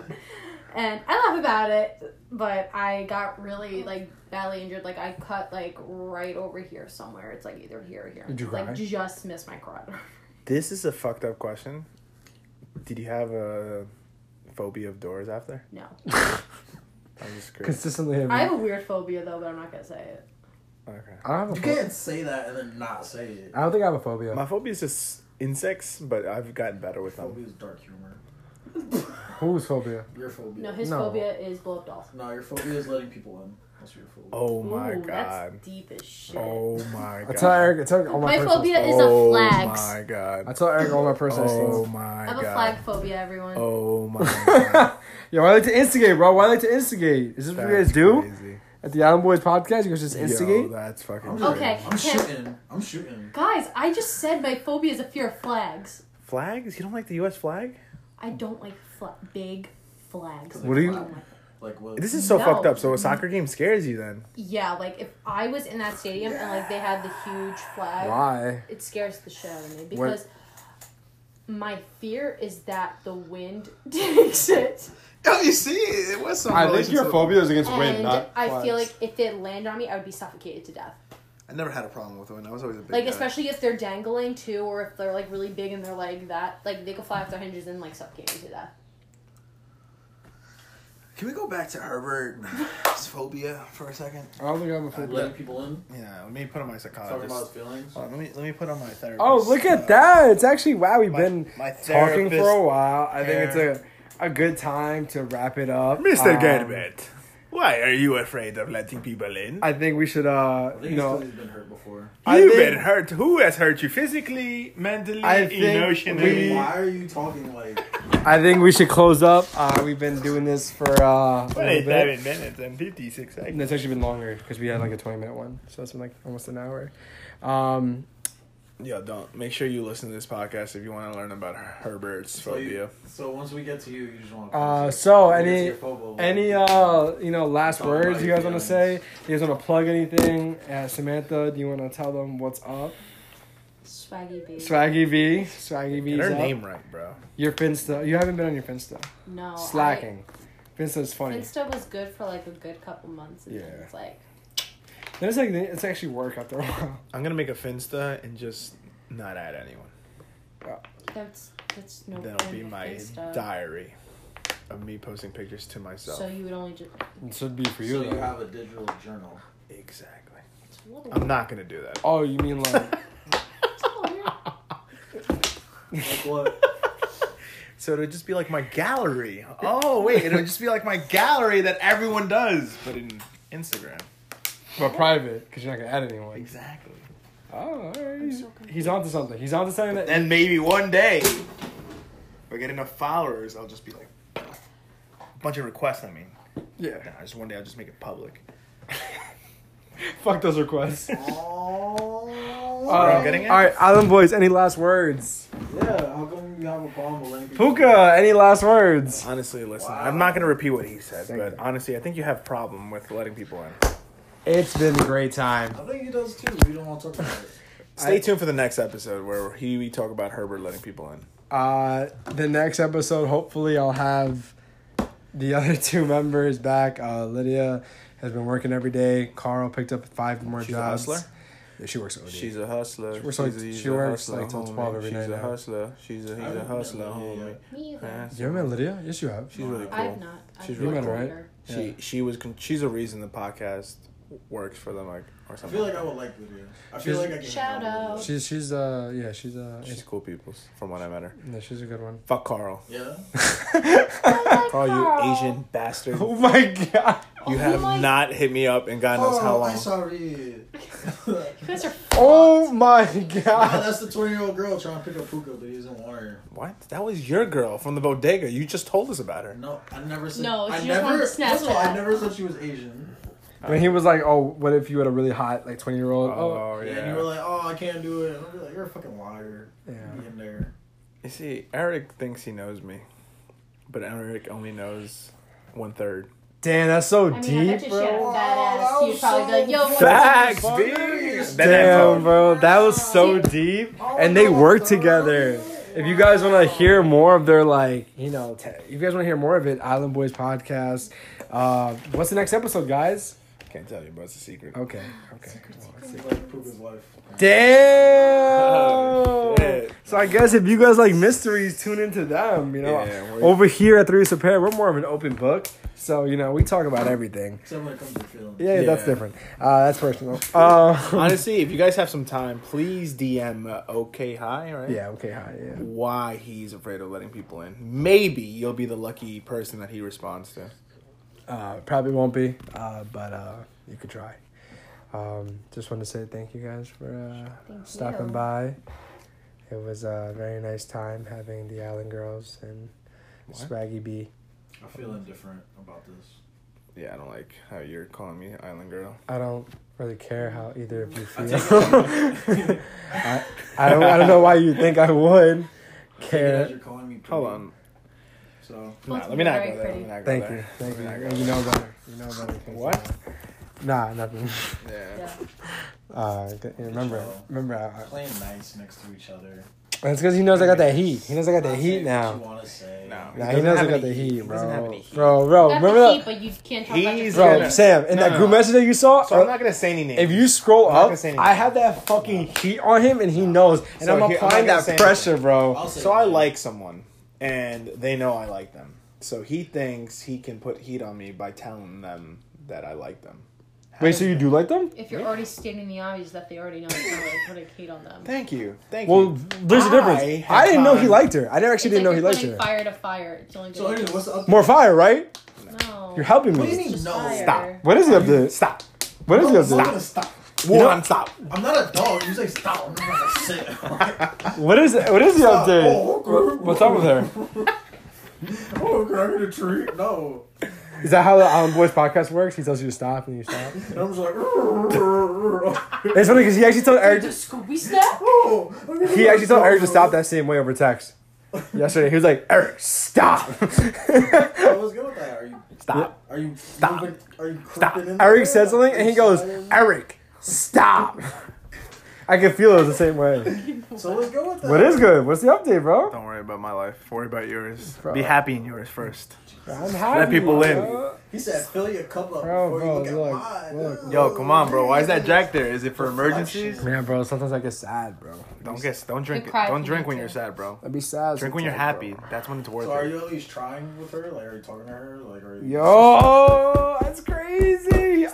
D: And I laugh about it, but I got really like badly injured. Like I cut like right over here somewhere. It's like either here or here.
A: Did you
D: like
A: cry?
D: just missed my carotid.
C: this is a fucked up question. Did you have a phobia of doors after?
D: No,
C: I'm just curious.
A: Consistently have
D: I have a weird phobia though, but I'm not gonna say it.
C: Okay.
A: I don't have a
B: You
A: phobia.
B: can't say that and then not say it.
A: I don't think I have a phobia.
C: My phobia is just insects, but I've gotten better with them.
B: Phobia is dark humor.
A: Who's phobia?
C: Oh
B: Your phobia.
D: No, his
A: No.
D: phobia is blow up dolls.
B: No, your phobia is letting people in. That's your phobia.
C: Oh my
D: Ooh,
C: god.
D: That's deep as shit.
C: Oh my god.
A: I tell Eric. I tell all my,
D: my
A: personal
D: phobia
A: stuff.
D: is a
C: oh
D: flags.
C: my
A: I
C: god.
A: tell Eric all my personal
C: Oh
A: stuff.
C: my
D: I have a
C: god.
D: flag phobia, everyone.
C: Oh my god.
A: Yo, I like to instigate, bro. Why I like to instigate? Is this what you guys
C: That's
A: do
C: crazy.
A: at the Island Boys podcast? You guys just
C: Yo,
A: instigate.
C: that's fucking
B: I'm
C: crazy.
D: Okay.
B: I'm
D: Can-
B: shooting. I'm shooting.
D: Guys, I just said my phobia is a fear of flags.
C: Flags? You don't like the US flag?
D: I don't like fla- big flags.
A: What do you-
D: I don't like-
B: Like what?
C: This is so
D: No.
C: fucked up. So a soccer game scares you then.
D: Yeah, like if I was in that stadium and like they had the huge flag,
A: Why?
D: it scares the shit out of me
A: What-
D: because my fear is that the wind takes it.
C: Oh, you see, it was some.
A: phobia is against
D: And I feel like if it landed on me, I would be suffocated to death.
C: I never had a problem with one. I was always a big
D: Like especially if they're dangling too, or if they're like really big and they're like that, like they could fly off their hinges and like suffocate you to death.
C: Can we go back to Herbert's phobia for a second?
A: I don't think I have a phobia.
B: letting people in.
C: Yeah, let me put on my
A: Uh,
B: Talking about his
C: psychologist.
B: feelings.
C: Hold on, let me let me put on my therapist.
A: Oh, look
C: uh,
A: at that! It's actually wow. We've
C: my-
A: been
C: my
A: talking
C: therapist-
A: for a while. I think it's
C: Yeah.
A: a a good time to wrap it up,
C: Mr.
A: Um,
C: Gerbert. Why are you afraid of letting people in?
A: I think we should, uh,
B: I think
A: you
B: it's
A: know,
B: 'cause he's been hurt before.
A: I
C: You've
A: think-
C: been hurt. Who has hurt you physically, mentally,
A: I think
C: emotionally?
A: we-
B: Why are you talking like?
A: I think we should close up. Uh, we've been doing this for uh, a little bit.
C: 27 minutes and 56
A: And
C: seconds.
A: That's actually been longer because we had like a twenty minute one, so it's been like almost an hour. Um,
C: Yo, don't. Make sure you listen to this podcast if you want to learn about Herbert's
B: So, you,
C: phobia.
B: so once we get to you, you just want. to
A: uh, so
B: Once we get to
A: any
B: your phobia,
A: any uh, you know, last
B: Talk
A: words
B: about
A: you
B: your
A: guys want to
B: feelings.
A: say? You guys want to plug anything? Uh, Samantha, do you want to tell them what's up?
D: Swaggy baby.
A: Swaggy V, Swaggy V.
C: Get her name right, bro.
A: Your Finsta. You haven't been on your Finsta.
D: no. Oh, I-
A: Slacking. Finsta is funny.
D: Insta was good for like a good couple months, and then
C: Yeah.
D: it's like
A: Then it's like it's actually work after a while.
C: I'm gonna make a Finsta and just Not at anyone.
D: That's that's no.
C: That'll be
D: kind of
C: my
D: Insta.
C: diary of me posting pictures to myself.
D: So you would only just.
A: This would be for you.
B: So you
A: though.
B: have a digital journal.
C: exactly.
D: It's a little
C: I'm not gonna do that.
A: oh, you mean like?
D: weird.
B: Like what?
C: So it'll just be like my gallery. Oh wait, it'll just be like my gallery that everyone does, but in Instagram.
A: but private, because you're not gonna add anyone.
C: Exactly.
A: Oh, all right.
D: so confused.
A: He's onto something. He's onto something that.
C: Then maybe one day, if I get enough followers, I'll just be like a bunch of requests. I mean,
A: Yeah.
C: Nah, just one day I'll just make it public.
A: Fuck those requests. Uh,
B: Oh.
C: Where I'm getting at?
A: all right, Island Boys. Any last words?
B: Yeah, how come you have a problem with letting people-
A: Puka. Any last words?
C: Honestly, listen,
B: Wow.
C: I'm not gonna repeat what he said,
A: Thank
C: but
A: you.
C: honestly, I think you have problem with letting people in.
A: It's been a great time.
B: I think he does too. We don't want to talk about it.
C: Stay
A: I-
C: tuned for the next episode where he we talk about Herbert letting people in.
A: Uh, the next episode, hopefully, I'll have the other two members back. Uh, Lydia has been working every day. Carl picked up five more
C: She's a
A: jobs.
C: hustler?
A: Yeah, she works at OD.
F: She's a hustler.
A: We're so-
F: she's a, he's
A: she
F: a
A: works,
F: hustler,
A: like, till
F: homie.
A: 12 every
F: She's
A: night
F: a
A: now.
F: hustler. She's a,
B: I
F: he's a
B: remember
F: hustler,
B: that, yeah,
F: homie.
D: Me either.
F: Yes.
A: you ever met Lydia? Yes, you have.
F: She's really cool.
D: I've not. I've
F: She's
D: not
F: really
A: cool.
D: met
A: Right?
D: her.
A: Yeah.
F: She she was con- she's a reason the podcast works for them like or
B: I
F: something.
B: feel like I would like Lydia. I feel
A: She's-
B: like I can.
D: Shout
B: handle
D: out.
B: Lydia.
A: She's she's uh yeah she's uh
F: she's cool people from what I met her.
A: yeah, she's a good one.
F: Fuck Carl.
B: Yeah.
F: Carl, you Asian bastard.
A: Oh my god!
F: You have
D: Oh my-
F: not hit me up in God knows how
B: Oh,
F: long.
B: I'm sorry.
D: You guys are.
A: Oh my
B: Ah,
A: god!
B: that's the 20 year old girl trying to pick up Puka, but he doesn't want her.
F: What? That was your girl from the bodega. You just told us about her.
B: No, I never said.
D: No,
B: I
D: she just
B: never.
D: wanted to snap
B: first of all, I
D: back.
B: never said she was Asian.
A: When he was like, "Oh, what if you had a really hot like twenty year old?"
C: Uh,
A: Oh,
F: Oh,
B: Yeah. And you were like, "Oh, I can't do it." And I'm like, "You're a fucking liar."
A: yeah.
B: You be in there.
F: You see, Eric thinks he knows me, but Eric only knows one third.
A: Damn, that's so
D: I mean, I
A: deep,
D: bet you she had a
A: bro.
B: that
D: badass.
B: was
D: You'd probably be like, yo,
B: so
D: what
F: Facts,
B: Fuck
F: B.
B: you.
F: That
A: Damn,
F: asshole.
A: bro, that was so deep, and they work together. If you guys want to hear more of their like, you know, t- if you guys want to hear more of it, Island Boys podcast. Uh, what's the next episode, guys?
F: Can't tell you, but it's a secret.
A: Okay, okay.
B: It's like Puka's life.
F: Oh,
A: Damn.
F: shit.
A: So I guess if you guys like mysteries, tune into them. You know,
F: Yeah, we're-
A: over here at Three Repair, we're more of an open book. So you know, we talk about everything.
B: Except when it comes to film.
A: Yeah, that's
F: Yeah.
A: different. Uh, that's personal. Uh,
F: Honestly, if you guys have some time, please DM uh, OK Hi, right?
A: yeah. Okay. Hi. Yeah.
F: Why he's afraid of letting people in. Maybe you'll be the lucky person that he responds to.
A: Uh, probably won't be, uh, but uh, you could try. Um, just want to say thank you guys for uh,
D: Thank
A: stopping
D: you.
A: by. It was a very nice time having the Island Girls and Swaggy B.
B: I feel indifferent about this.
F: Yeah, I don't like how you're calling me Island Girl.
A: I don't really care how either of you
B: I
A: feel.
B: take
A: I, I don't. I don't know why you think I would
B: Because
A: care.
B: you're calling me. Pretty,
F: Hold on.
B: So
F: Nah, let
D: Both
F: me
D: of you
F: not
D: are
F: go
D: very
F: there. Let me
D: pretty.
F: not go
A: Thank
F: there.
A: you.
F: Let
A: Thank
F: me
A: you.
F: not go
A: You
F: there.
A: know better. You know better. 'cause,
F: What?
A: uh, Nah, nothing.
F: Yeah.
D: Yeah.
A: Uh, g- remember, remember. I,
B: playing nice next to each other.
A: I, it's because he knows I got that heat. He knows I got that heat now.
B: You want to say?
F: No.
A: Nah,
F: He
A: he
F: doesn't
A: knows I
F: have
A: got
F: any
A: the
F: heat. He
A: heat,
F: doesn't have
A: bro.
F: any heat.
A: Bro,
D: You
A: bro,
D: have
A: Oh, remember
D: the heat,
A: that?
D: but you can't talk about
F: He's
D: your
A: Bro,
F: gonna-
D: parents.
A: Sam, in
F: No,
A: that
F: no,
A: group
F: no.
A: message that you saw,
F: So I'm not gonna say any names.
A: if you scroll
F: I'm not gonna
A: up,
F: say anything.
A: I have that fucking heat on him, and he knows, and
F: So
A: I'm
F: here- I'm
A: applying
F: not gonna say
A: that pressure,
B: I'll
A: bro.
B: say
F: So I
B: that.
F: like someone, and they know I like them. So he thinks he can put heat on me by telling them that I like them.
A: Wait, so you do like them?
D: If you're already stating the obvious that they already know, it's not like putting heat on them.
F: Thank you. Thank
A: Well,
F: you.
A: there's a difference.
F: have
A: I didn't know he
F: time-
A: liked her. I never actually
D: It's
A: didn't know
D: like
A: he
D: you're
A: liked
D: putting
A: her.
D: Fire to fire. It's only
B: So
D: good.
B: anyways, what's up?
A: More fire, right?
D: no.
A: You're helping
B: What do you
A: me.
B: mean?
D: Just
B: No.
D: fire.
F: Stop.
A: What is he up to?
F: Stop.
A: What is he
B: I'm
A: up
B: not gonna
A: to?
B: stop.
F: One, stop.
B: I'm not a dog. You say stop. I'm not gonna sit.
A: What is what is he up to?
B: Oh, okay.
A: What's up with her?
B: Oh, can I get a treat? No.
A: Is that how the
F: um,
A: Island Boys podcast works? He tells you to stop, and you stop.
B: And I'm just like, oh,
A: It's funny because he actually told Eric.
D: Just squeeze that.
B: I'm gonna
A: He
B: go
A: actually told Eric to
B: stop.
A: stop that same way over text. Yesterday, he was like, "Eric, stop."
B: I was good with that. Are you?
F: Stop.
B: Are you?
F: Stop.
B: moving- Are you?
F: Stop.
B: crooked in there?
A: Eric said something, and he goes,
B: Excited?
A: "Eric, stop." I can feel it the same way.
B: So let's go with that.
A: What is good? What's the update, bro?
F: Don't worry about my life. Worry about yours.
A: Bro.
F: Be happy in yours first.
A: I'm happy.
F: people
A: bro.
B: He said, "Fill your cup up
A: Bro,
B: before
A: bro,
B: you look,
A: look,
B: at mine."
A: look.
C: Yo, come on, bro. Why is that Jack there? Is it for
B: Reflection.
C: emergencies?
A: Man, bro, sometimes I get sad, bro.
C: Don't guess. Don't drink.
D: Good
C: It.
D: cry
C: Don't
D: for
C: drink
D: me,
C: when
D: too.
C: you're sad, bro.
A: I'd be sad.
C: Drink when you're
A: sometimes, bro.
C: happy. That's when it's worth
B: So are
C: it.
B: you at least trying with her? Like, are you talking to her? Like, are you?
A: Yo, that's crazy.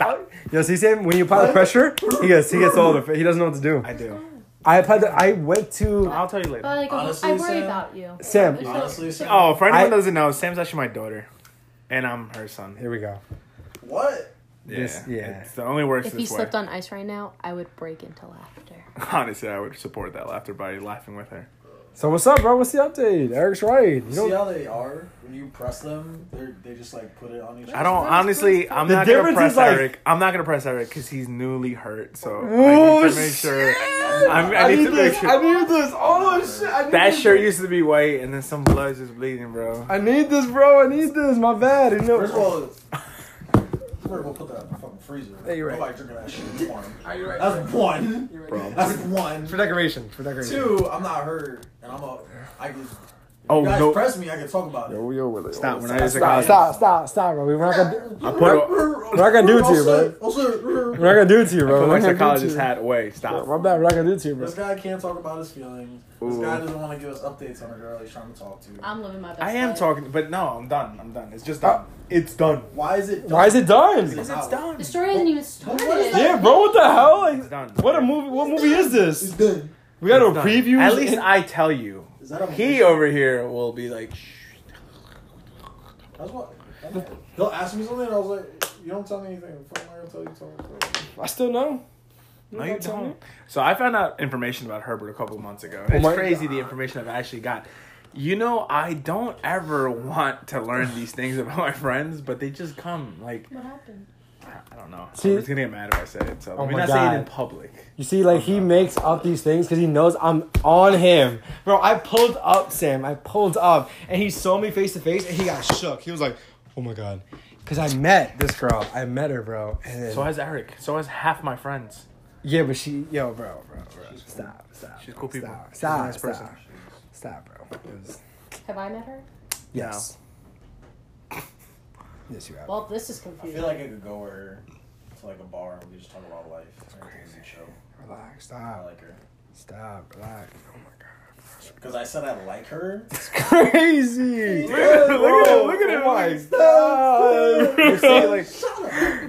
A: Yo, see him when you apply the pressure, he gets he gets older. He doesn't know what to do.
C: I do.
A: I applied. The, I went to
C: I'll tell you later.
D: But like,
B: Honestly,
D: I worry
B: Sam-
D: about you.
A: Sam.
D: There's no-
B: Honestly, Sam-
C: Oh, for anyone
A: I-
C: who doesn't know, Sam's actually my daughter, and I'm her son.
A: Here we go.
B: What?
C: Yeah,
A: This- yeah.
C: It's the only works
D: if he
C: this way.
D: slipped on ice right now, I would break into laughter.
C: Honestly, I would support that laughter by laughing with her.
A: So what's up, bro? What's the update? Eric's right. You
B: You see
A: know
B: how they are when you press them? They are they just like put it on each.
C: I don't honestly. I'm
A: The
C: not gonna
A: difference
C: press
A: is, like-
C: Eric. I'm not gonna press Eric because he's newly hurt. So
A: Oh,
C: I need to make sure. I'm, I,
A: I
C: need
A: need
C: to make
A: this.
C: sure.
A: I need this. Oh shit! I need
C: that
A: this.
C: shirt used to be white, and then some blood's just bleeding, bro.
A: I need this, bro. I need this. My bad. You know.
B: First of all, we're gonna put that in the fucking freezer.
A: Yeah, you're right.
B: Nobody drinking that shit. One.
A: Are you right?
B: That's one. That's one.
A: For decoration. For decoration.
B: Two. I'm not hurt, and I'm a. I can.
C: Oh
B: you guys
C: no!
B: press me. I can talk about it.
C: Stop! We're not using
A: Stop! Stop! Stop! Stop, bro. We're not gonna.
C: I put a,
A: We're not gonna do it to you, bro.
B: Also,
A: We're not gonna do it to you, bro.
C: put
A: We're
C: my
A: not gonna do it to
C: psychologist
A: you.
C: hat away. Stop.
A: My bad. We're not gonna do it to you, bro.
B: This guy can't talk about his feelings. This
C: Ooh.
B: guy doesn't want to give us updates on a girl he's trying to talk to.
D: I'm living my best.
C: I am
D: life.
C: talking, but no, I'm done. I'm done. It's just
A: Uh,
C: done. it's done.
B: Why is it?
A: Why is it done?
B: Is
C: It's
B: it- Wow.
C: done.
D: The story hasn't even
B: What is
D: started.
B: that?
A: Yeah, bro, what the hell?
C: It's done.
A: Like, what a movie! What movie is
B: It's
A: this?
B: done.
A: We got a
C: It's done.
A: preview.
C: At least I tell you.
B: Is that a
C: He over here will be like, Shh.
B: That's what. He'll ask me something, and I was like, "You don't tell me anything. Fuck, I'm not gonna tell you something."
A: I still know.
C: "No, you
A: not telling
C: don't." So I found out information about Herbert a couple months ago.
A: Oh
C: It's
A: my
C: crazy the information I've actually got. You know, I don't ever want to learn these things about my friends, but they just come. Like,
D: What happened?
C: I don't know.
A: See-
C: Somebody's gonna get mad if I say it. So
A: Oh
C: let me
A: my
C: not say it in
A: God.
C: public.
A: You see, like he makes up these things because he knows I'm on him, bro. I pulled up, Sam. I pulled up, and he saw me face to face, and he got shook. He was like, "Oh my god," because I met this girl. I met her, bro. And then,
C: So has Eric. So has half my friends.
A: yeah, but she, yo, bro, bro, bro, stop, stop.
C: She's cool people.
A: Stop,
C: She's a
A: stop,
C: nice
A: stop,
C: person.
A: stop, bro. It was-
D: Have I met her?
A: yes, yes, you have.
D: Well, this is
B: I
D: confusing.
B: feel like I could go with her to like a bar and we just talk about life. That's crazy. Show.
A: Relax,
B: I
A: stop,
B: like her
A: stop, relax. Oh my god.
B: because I said I like her.
A: crazy.
B: Look at-
C: look at- look at him.
A: Oh my
C: You
A: god.
C: see, like,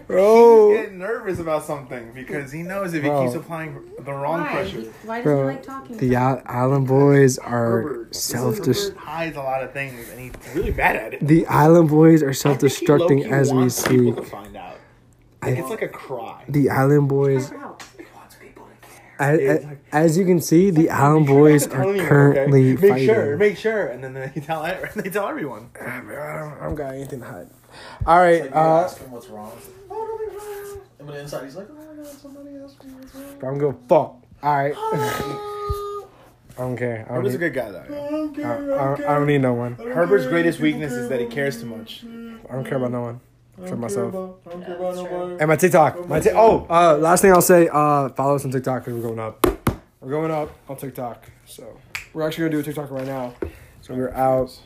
A: bro.
C: get nervous about something because he knows if
A: Bro.
C: he keeps applying the wrong
D: Why?
C: pressure,
D: He- Why does
A: Bro,
D: he like talking?
A: The
D: to
A: Al- Island Boys are
C: Herbert-
A: self
C: Herbert hides a lot of things and he's really bad at it.
A: The Island Boys are
C: I
A: self
C: think he
A: destructing
C: low-key
A: as we
C: wants people
A: speak.
C: To find out.
A: I-
C: it's like a cry.
A: The Island Boys,
D: her? Out.
C: He wants people to care.
A: as,
C: It's like,
A: as you can see, the Island
C: "You're not
A: Boys are
C: telling me, okay?
A: currently
C: Make
A: fighting. Ah,
C: sure, make sure, and then they tell e-, they tell everyone.
A: I don't, I don't got anything to hide. All right,
B: Like you
A: uh,
B: ask him what's wrong. It's like, oh, nothing's wrong. And but inside he's like, oh my god, somebody asked me what's wrong.
A: I'm gonna fuck. All right, I don't care. I don't,
C: Herbert's Ah. a
A: need,
C: good guy though.
A: I, I, I don't need no one.
C: Herbert's greatest weakness is that he cares too much.
A: I don't care about no one. For myself.
B: I don't care about nobody.
A: And my TikTok. My t- oh, uh, last thing I'll say, uh, follow us on TikTok because we're going up. We're going up on TikTok. So we're actually gonna do a TikTok right now. So we're out.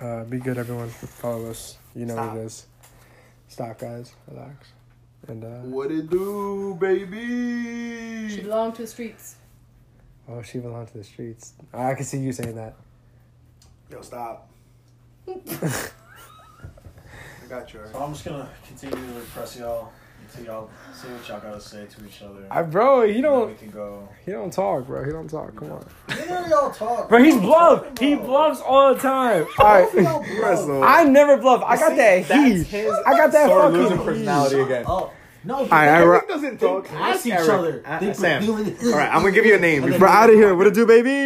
A: Uh, be good, everyone. Follow us. You know what it is. Stop, guys. Relax. And uh,
C: What it do,
D: She
C: baby?
D: belonged to the streets.
A: oh, she belonged to the streets. I can see you saying that.
C: Yo, stop. I got you.
B: So I'm just gonna continue to repress y'all until y'all say what y'all gotta say to each other.
A: I, bro, he
B: And then we
A: don't.
B: can go.
A: He don't talk, bro. He don't talk. Come on,
B: Neither y'all talk.
A: bro. He's
B: What are you talking
A: bluff. He
B: about?
A: bluffs all the time. All right.
B: Y'all bluff.
A: I never bluff. I got
C: See,
A: that
C: that's
A: heat.
C: his-
A: I got that
C: Start
A: fucking
C: losing
A: heat.
C: personality again.
B: Oh no!
A: I- I-
C: Eric doesn't
B: they
C: talk.
B: pass
C: Ask
B: each
C: Eric.
B: other.
C: Uh,
B: They
C: Sam.
B: do it.
C: All right, I'm gonna give you a name.
B: And then-
A: We're out of here. What it do, baby?